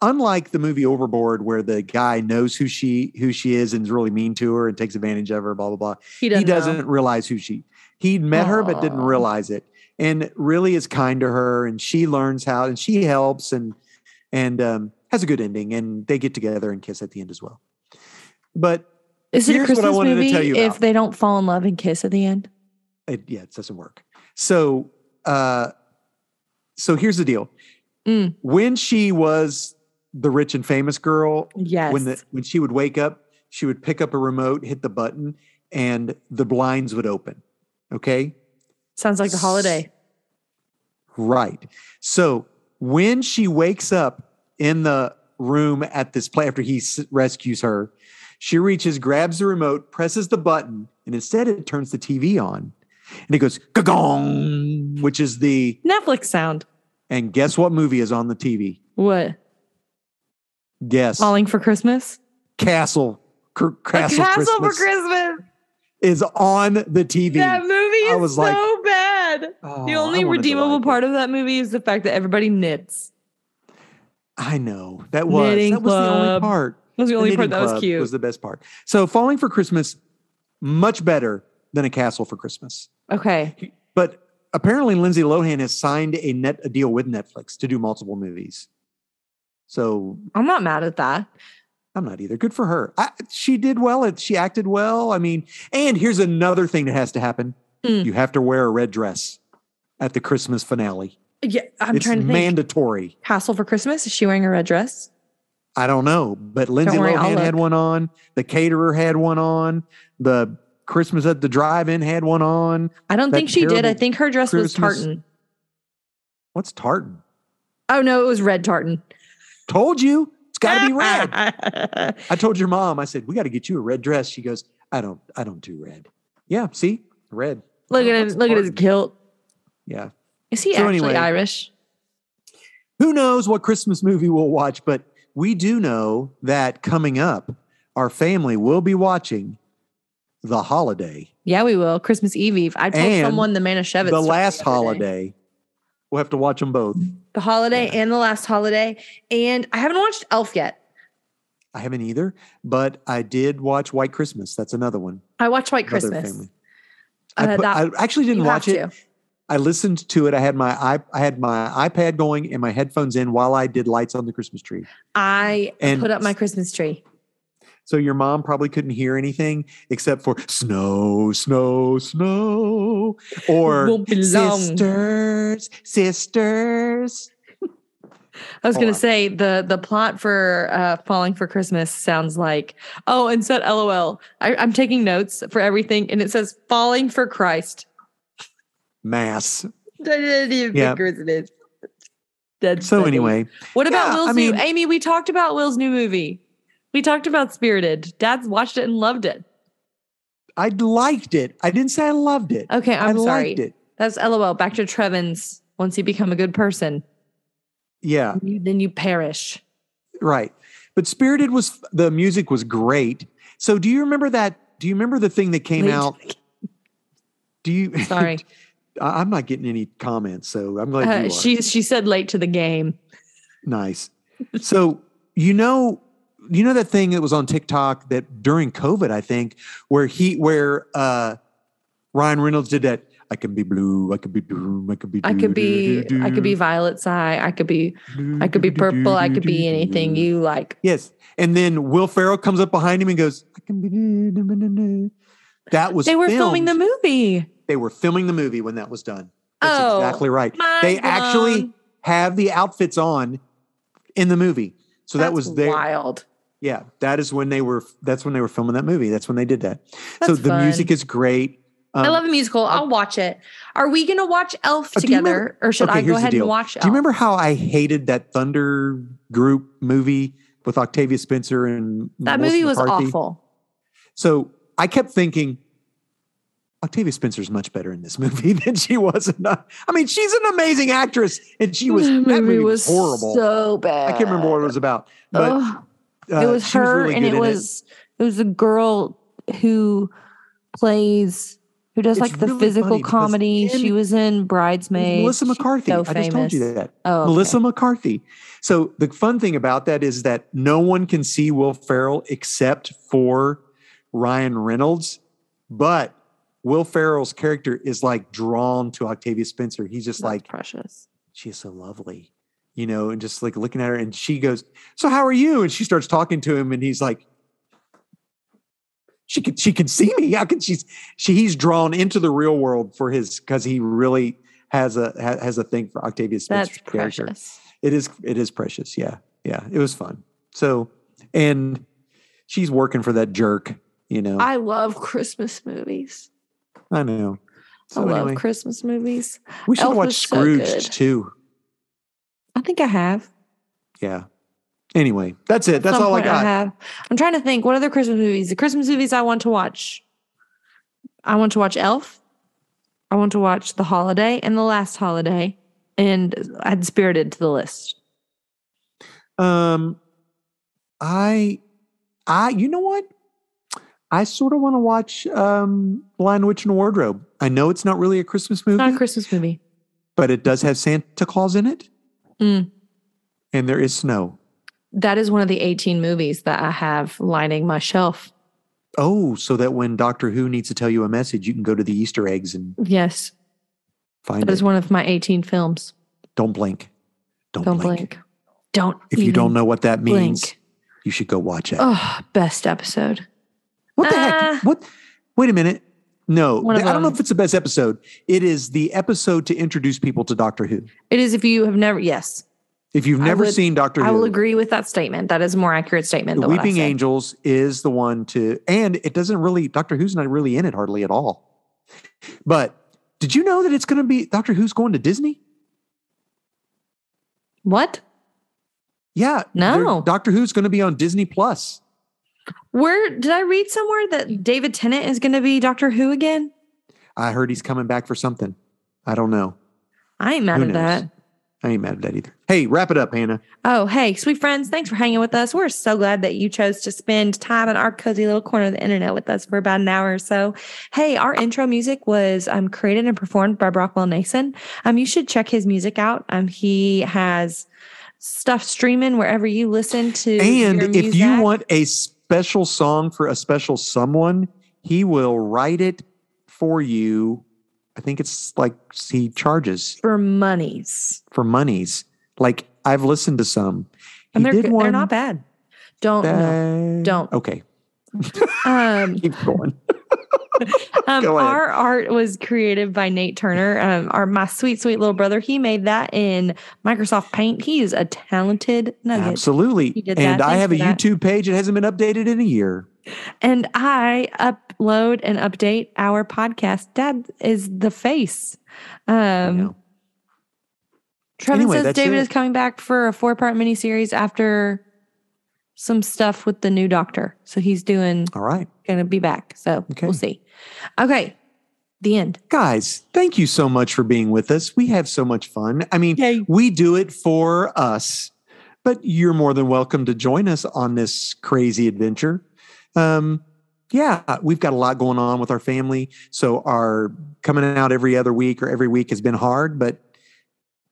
Speaker 1: unlike the movie Overboard, where the guy knows who she who she is and is really mean to her and takes advantage of her, blah blah blah.
Speaker 2: He
Speaker 1: He
Speaker 2: doesn't. know.
Speaker 1: doesn't realize who she. He met her but didn't
Speaker 2: Aw.
Speaker 1: realize it, and really is kind to her, and she learns how, and she helps, and and um, has a good ending, and they get together and kiss at the end as well. But
Speaker 2: Is it a
Speaker 1: Here's what I
Speaker 2: Christmas
Speaker 1: wanted to
Speaker 2: movie
Speaker 1: tell you
Speaker 2: if
Speaker 1: about.
Speaker 2: they don't fall in love and kiss at the end?
Speaker 1: it, yeah, it doesn't work. So, uh, so here's the deal:
Speaker 2: Mm.
Speaker 1: when she was the rich and famous girl,
Speaker 2: Yes.
Speaker 1: when the when she would wake up, she would pick up a remote, hit the button, and the blinds would open. Okay,
Speaker 2: Sounds like a holiday.
Speaker 1: right. So when she wakes up in the room at this play after he s- rescues her, she reaches, grabs the remote, presses the button, and instead it turns the TV on, and it goes gong, which is the
Speaker 2: Netflix sound.
Speaker 1: and guess what movie is on the TV?
Speaker 2: What?
Speaker 1: Guess
Speaker 2: Falling for Christmas?
Speaker 1: Castle. Cr- Castle,
Speaker 2: a castle
Speaker 1: Christmas
Speaker 2: for Christmas.
Speaker 1: is on the TV.
Speaker 2: That movie is
Speaker 1: I was
Speaker 2: so
Speaker 1: like-
Speaker 2: bad.
Speaker 1: Oh,
Speaker 2: The
Speaker 1: I wanted
Speaker 2: only
Speaker 1: to
Speaker 2: redeemable
Speaker 1: like it.
Speaker 2: part of that movie is the fact that everybody knits.
Speaker 1: I know that was
Speaker 2: Knitting
Speaker 1: that was the only
Speaker 2: club.
Speaker 1: part.
Speaker 2: That was the
Speaker 1: The
Speaker 2: only part
Speaker 1: knitting
Speaker 2: that was
Speaker 1: club
Speaker 2: cute.
Speaker 1: Was the best part. So falling for Christmas, much better than a castle for Christmas.
Speaker 2: okay.
Speaker 1: But apparently, Lindsay Lohan has signed a net a deal with Netflix to do multiple movies. So
Speaker 2: I'm not mad at that.
Speaker 1: I'm not either. Good for her. I, she did well. It, she acted well. I mean, and here's another thing that has to happen:
Speaker 2: Mm.
Speaker 1: you have to wear a red dress at the Christmas finale.
Speaker 2: Yeah, I'm
Speaker 1: it's
Speaker 2: trying to think.
Speaker 1: mandatory.
Speaker 2: Castle for Christmas. Is she wearing a red dress?
Speaker 1: I don't know, but Lindsay
Speaker 2: worry, I'll
Speaker 1: Lohan had
Speaker 2: look.
Speaker 1: one on. The caterer had one on. The Christmas at the drive-in had one on.
Speaker 2: I don't
Speaker 1: That
Speaker 2: think she did. I
Speaker 1: terrible
Speaker 2: think her dress
Speaker 1: Christmas-
Speaker 2: was tartan.
Speaker 1: What's tartan?
Speaker 2: Oh no, it was red tartan.
Speaker 1: Told you it's got to be red.
Speaker 2: red.
Speaker 1: I told your mom. I said we got to get you a red dress. She goes, I don't, I don't do red. Yeah, see, red.
Speaker 2: look at him.
Speaker 1: What's
Speaker 2: Look at his
Speaker 1: tartan?
Speaker 2: kilt.
Speaker 1: Yeah.
Speaker 2: Is he
Speaker 1: So
Speaker 2: actually
Speaker 1: anyway.
Speaker 2: Irish?
Speaker 1: Who knows what Christmas movie we'll watch? But we do know that coming up, our family will be watching The Holiday.
Speaker 2: Yeah, we will. Christmas Eve Eve. I told
Speaker 1: And
Speaker 2: someone the Manischewitz.
Speaker 1: the
Speaker 2: story
Speaker 1: last
Speaker 2: other day.
Speaker 1: holiday. We'll have to watch them both.
Speaker 2: The holiday
Speaker 1: Yeah.
Speaker 2: and the last holiday. And I haven't watched Elf yet.
Speaker 1: I haven't either, but I did watch White Christmas. That's another one.
Speaker 2: I watched White
Speaker 1: Another
Speaker 2: Christmas.
Speaker 1: family.
Speaker 2: Uh,
Speaker 1: I, put-
Speaker 2: that-
Speaker 1: I actually didn't
Speaker 2: You
Speaker 1: watch
Speaker 2: have
Speaker 1: it. I listened to it. I had my i I had my iPad going and my headphones in while I did lights on the Christmas tree.
Speaker 2: I
Speaker 1: And-
Speaker 2: put up my Christmas tree.
Speaker 1: So your mom probably couldn't hear anything except for snow, snow, snow, or
Speaker 2: Won't be long.
Speaker 1: sisters, sisters.
Speaker 2: I
Speaker 1: Hold
Speaker 2: was going
Speaker 1: on.
Speaker 2: to say the the plot for uh, Falling for Christmas sounds like oh, and said LOL. I, I'm taking notes for everything, and it says Falling for Christ.
Speaker 1: Mass.
Speaker 2: I didn't even
Speaker 1: Yeah.
Speaker 2: think it is. That's
Speaker 1: So
Speaker 2: funny.
Speaker 1: anyway,
Speaker 2: what about
Speaker 1: yeah,
Speaker 2: Will's
Speaker 1: I mean-
Speaker 2: new? Amy, we talked about Will's new movie. We talked about Spirited. Dad's watched it and loved it.
Speaker 1: I liked it. I didn't say I loved it.
Speaker 2: Okay,
Speaker 1: I
Speaker 2: Oh, I'm sorry.
Speaker 1: liked it.
Speaker 2: That's LOL. Back to Trevin's. Once you become a good person,
Speaker 1: Yeah,
Speaker 2: you, then you perish.
Speaker 1: right. But Spirited was the music was great. So do you remember that? Do you remember the thing that came
Speaker 2: Wait,
Speaker 1: out? Do you?
Speaker 2: Sorry,
Speaker 1: I- I'm not getting any comments, so I'm glad you
Speaker 2: uh,
Speaker 1: are.
Speaker 2: she she said late to the game.
Speaker 1: nice. So you know, you know that thing that was on TikTok that during COVID, I think, where he where uh Ryan Reynolds did that. I can be blue. I could be blue. I could be.
Speaker 2: I could be I could be violet's eye. I could be I could be purple. I could be anything you like.
Speaker 1: Yes. And then Will Ferrell comes up behind him and goes, I can be. That was
Speaker 2: They were filming the
Speaker 1: filmed-
Speaker 2: movie.
Speaker 1: They were filming the movie when that was done. That's
Speaker 2: Oh,
Speaker 1: exactly right.
Speaker 2: Mind
Speaker 1: They actually
Speaker 2: blown.
Speaker 1: have the outfits on in the movie. So that
Speaker 2: That's
Speaker 1: was their
Speaker 2: wild.
Speaker 1: yeah, that is when they were that's when they were filming that movie. That's when they did that. so
Speaker 2: That's
Speaker 1: the music
Speaker 2: fun.
Speaker 1: is great.
Speaker 2: I
Speaker 1: Um,
Speaker 2: love a musical. I'll watch it. Are we gonna watch Elf
Speaker 1: Uh, do you
Speaker 2: together,
Speaker 1: remember-
Speaker 2: or should
Speaker 1: Okay,
Speaker 2: I
Speaker 1: here's
Speaker 2: go
Speaker 1: the
Speaker 2: ahead and
Speaker 1: deal.
Speaker 2: watch?
Speaker 1: Do you remember how I hated that Thunder Group movie with Octavia Spencer and
Speaker 2: that
Speaker 1: Melissa
Speaker 2: movie was
Speaker 1: McCarthy?
Speaker 2: awful?
Speaker 1: So I kept thinking, Octavia Spencer's much better in this movie than she was. In uh, I mean, she's an amazing actress, and she was that movie, was, horrible.
Speaker 2: So bad.
Speaker 1: I can't remember what it was about, but
Speaker 2: Ugh.
Speaker 1: uh,
Speaker 2: it was
Speaker 1: she
Speaker 2: her,
Speaker 1: really
Speaker 2: and
Speaker 1: good
Speaker 2: it
Speaker 1: in
Speaker 2: was it. was a girl who plays who does
Speaker 1: It's
Speaker 2: like the
Speaker 1: really
Speaker 2: physical
Speaker 1: funny because
Speaker 2: comedy.
Speaker 1: in-
Speaker 2: She was in
Speaker 1: It was
Speaker 2: Bridesmaids.
Speaker 1: Melissa
Speaker 2: She's
Speaker 1: McCarthy.
Speaker 2: so
Speaker 1: I just told you
Speaker 2: famous.
Speaker 1: that.
Speaker 2: Oh, okay.
Speaker 1: Melissa McCarthy. So the fun thing about that is that no one can see Will Ferrell except for Ryan Reynolds, but Will Ferrell's character is like drawn to Octavia Spencer. He's just
Speaker 2: That's
Speaker 1: like
Speaker 2: precious.
Speaker 1: she is so lovely, you know, and just like looking at her. And she goes, So how are you? And she starts talking to him, and he's like, She can she can see me. How can she she he's drawn into the real world for his because he really has a ha- has a thing for Octavia Spencer's
Speaker 2: That's
Speaker 1: character.
Speaker 2: precious.
Speaker 1: It is it is precious. Yeah. Yeah. It was fun. So and she's working for that jerk, you know. I,
Speaker 2: I love Christmas movies.
Speaker 1: know.
Speaker 2: I
Speaker 1: So
Speaker 2: love
Speaker 1: anyway,
Speaker 2: Christmas movies.
Speaker 1: we should
Speaker 2: Elf
Speaker 1: watch
Speaker 2: was so
Speaker 1: Scrooge
Speaker 2: good.
Speaker 1: too.
Speaker 2: I think I have.
Speaker 1: Yeah. Anyway, that's it. That's
Speaker 2: Some
Speaker 1: all I
Speaker 2: point
Speaker 1: got.
Speaker 2: have. I'm trying to think. What other Christmas movies? The Christmas movies I want to watch. I want to watch Elf. I want to watch The Holiday and The Last Holiday, and add Spirited to the list.
Speaker 1: Um, I, I, you know what? I sort of want to watch um, Lion, Witch, and Wardrobe. I know it's not really a Christmas movie,
Speaker 2: Not a Christmas movie.
Speaker 1: but it does have Santa Claus in it,
Speaker 2: Mm.
Speaker 1: and there is snow.
Speaker 2: That is one of the 18 movies that I have lining my shelf.
Speaker 1: Oh, so that when Doctor Who needs to tell you a message, you can go to the Easter eggs and
Speaker 2: Yes,
Speaker 1: find
Speaker 2: that
Speaker 1: it.
Speaker 2: is one of my 18 films.
Speaker 1: Don't blink. Don't,
Speaker 2: Don't
Speaker 1: blink.
Speaker 2: blink. Don't.
Speaker 1: If you don't know what that
Speaker 2: blink.
Speaker 1: means, you should go watch it.
Speaker 2: Oh, best episode.
Speaker 1: What the
Speaker 2: Ah.
Speaker 1: heck? What? Wait a minute. No,
Speaker 2: One of
Speaker 1: I don't know
Speaker 2: them.
Speaker 1: if it's the best episode. It is the episode to introduce people to Doctor Who.
Speaker 2: It is if you have never. Yes,
Speaker 1: If you've
Speaker 2: I
Speaker 1: never
Speaker 2: would-
Speaker 1: seen Doctor
Speaker 2: I
Speaker 1: Who,
Speaker 2: will agree with that statement. That is a more accurate statement.
Speaker 1: The
Speaker 2: than what I
Speaker 1: Weeping
Speaker 2: said.
Speaker 1: Angels is the one to, and it doesn't really, Doctor Who's not really in it hardly at all. But did you know that it's going to be Doctor Who's going to Disney?
Speaker 2: What?
Speaker 1: Yeah.
Speaker 2: No.
Speaker 1: they're- Doctor Who's going to be on Disney Plus.
Speaker 2: Where did I read somewhere that David Tennant is going to be Doctor Who again?
Speaker 1: I heard he's coming back for something. I don't know.
Speaker 2: I ain't mad
Speaker 1: Who
Speaker 2: at
Speaker 1: knows?
Speaker 2: that.
Speaker 1: I ain't mad at that either. Hey, wrap it up, Hannah.
Speaker 2: Oh, hey, sweet friends, thanks for hanging with us. We're so glad that you chose to spend time in our cozy little corner of the internet with us for about an hour or so. Hey, our intro music was um, created and performed by Brockwell Nason. Um, you should check his music out. Um, he has stuff streaming wherever you listen to. your
Speaker 1: And if
Speaker 2: music.
Speaker 1: you want a special song for a special someone, he will write it for you. I think it's like he charges
Speaker 2: for monies,
Speaker 1: for monies. Like I've listened to some.
Speaker 2: and
Speaker 1: he
Speaker 2: they're
Speaker 1: did
Speaker 2: good-
Speaker 1: one
Speaker 2: they're not bad. Don't no.
Speaker 1: that-
Speaker 2: don't.
Speaker 1: Okay,
Speaker 2: um
Speaker 1: keep going.
Speaker 2: Um,
Speaker 1: Go ahead.
Speaker 2: our art was created by Nate Turner, um, our my sweet sweet little brother. He made that in Microsoft Paint. He is a talented nugget,
Speaker 1: Absolutely.
Speaker 2: You did
Speaker 1: And
Speaker 2: that.
Speaker 1: I
Speaker 2: Thanks
Speaker 1: have a
Speaker 2: for that.
Speaker 1: YouTube page. It hasn't been updated in a year.
Speaker 2: and I upload and update our podcast. Dad is the face.
Speaker 1: I
Speaker 2: Um,
Speaker 1: know.
Speaker 2: Trevin
Speaker 1: Anyway,
Speaker 2: says
Speaker 1: that's
Speaker 2: David
Speaker 1: it.
Speaker 2: is coming back for a four part miniseries after some stuff with the new doctor. So he's doing
Speaker 1: All right.
Speaker 2: gonna be back. So
Speaker 1: Okay.
Speaker 2: we'll see. Okay, the end.
Speaker 1: Guys, thank you so much for being with us. We have so much fun. I mean,
Speaker 2: Yay.
Speaker 1: we do it for us, but you're more than welcome to join us on this crazy adventure. Um, yeah, we've got a lot going on with our family. So our coming out every other week or every week has been hard, but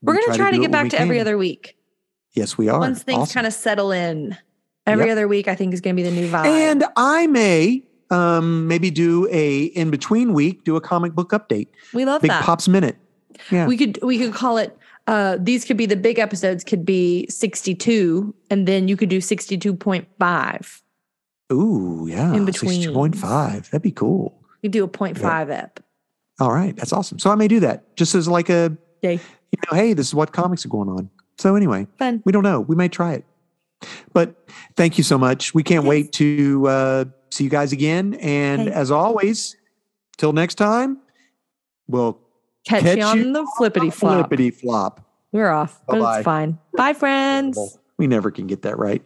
Speaker 2: We're
Speaker 1: we
Speaker 2: gonna try to,
Speaker 1: do it when
Speaker 2: get back
Speaker 1: we
Speaker 2: to every
Speaker 1: can.
Speaker 2: other week.
Speaker 1: Yes, we are.
Speaker 2: once things
Speaker 1: Awesome.
Speaker 2: kind of settle in. Every
Speaker 1: Yep.
Speaker 2: other week, I think is going to be the new vibe.
Speaker 1: And I may um, maybe do a in between week, do a comic book update,
Speaker 2: we love
Speaker 1: Big
Speaker 2: that.
Speaker 1: Pops Minute. Yeah.
Speaker 2: We could we could call it. Uh, these could be the big episodes. Could be sixty two, and then you could do sixty two point five.
Speaker 1: Ooh, yeah.
Speaker 2: In between.
Speaker 1: 6.5. That'd be cool.
Speaker 2: You do a point
Speaker 1: Yeah.
Speaker 2: five ep.
Speaker 1: All right, that's awesome. So I may do that just as like a,
Speaker 2: Yay.
Speaker 1: you know, hey, this is what comics are going on. So anyway,
Speaker 2: Fun.
Speaker 1: we don't know. We may try it. But thank you so much. We can't
Speaker 2: Yes.
Speaker 1: wait to uh, see you guys again. And
Speaker 2: Okay.
Speaker 1: as always, till next time, we'll
Speaker 2: Catch,
Speaker 1: Catch
Speaker 2: you on
Speaker 1: you
Speaker 2: the flippity flop.
Speaker 1: flippity flop.
Speaker 2: We're off, but
Speaker 1: Bye-bye.
Speaker 2: it's fine. Bye, friends.
Speaker 1: We never can get that right.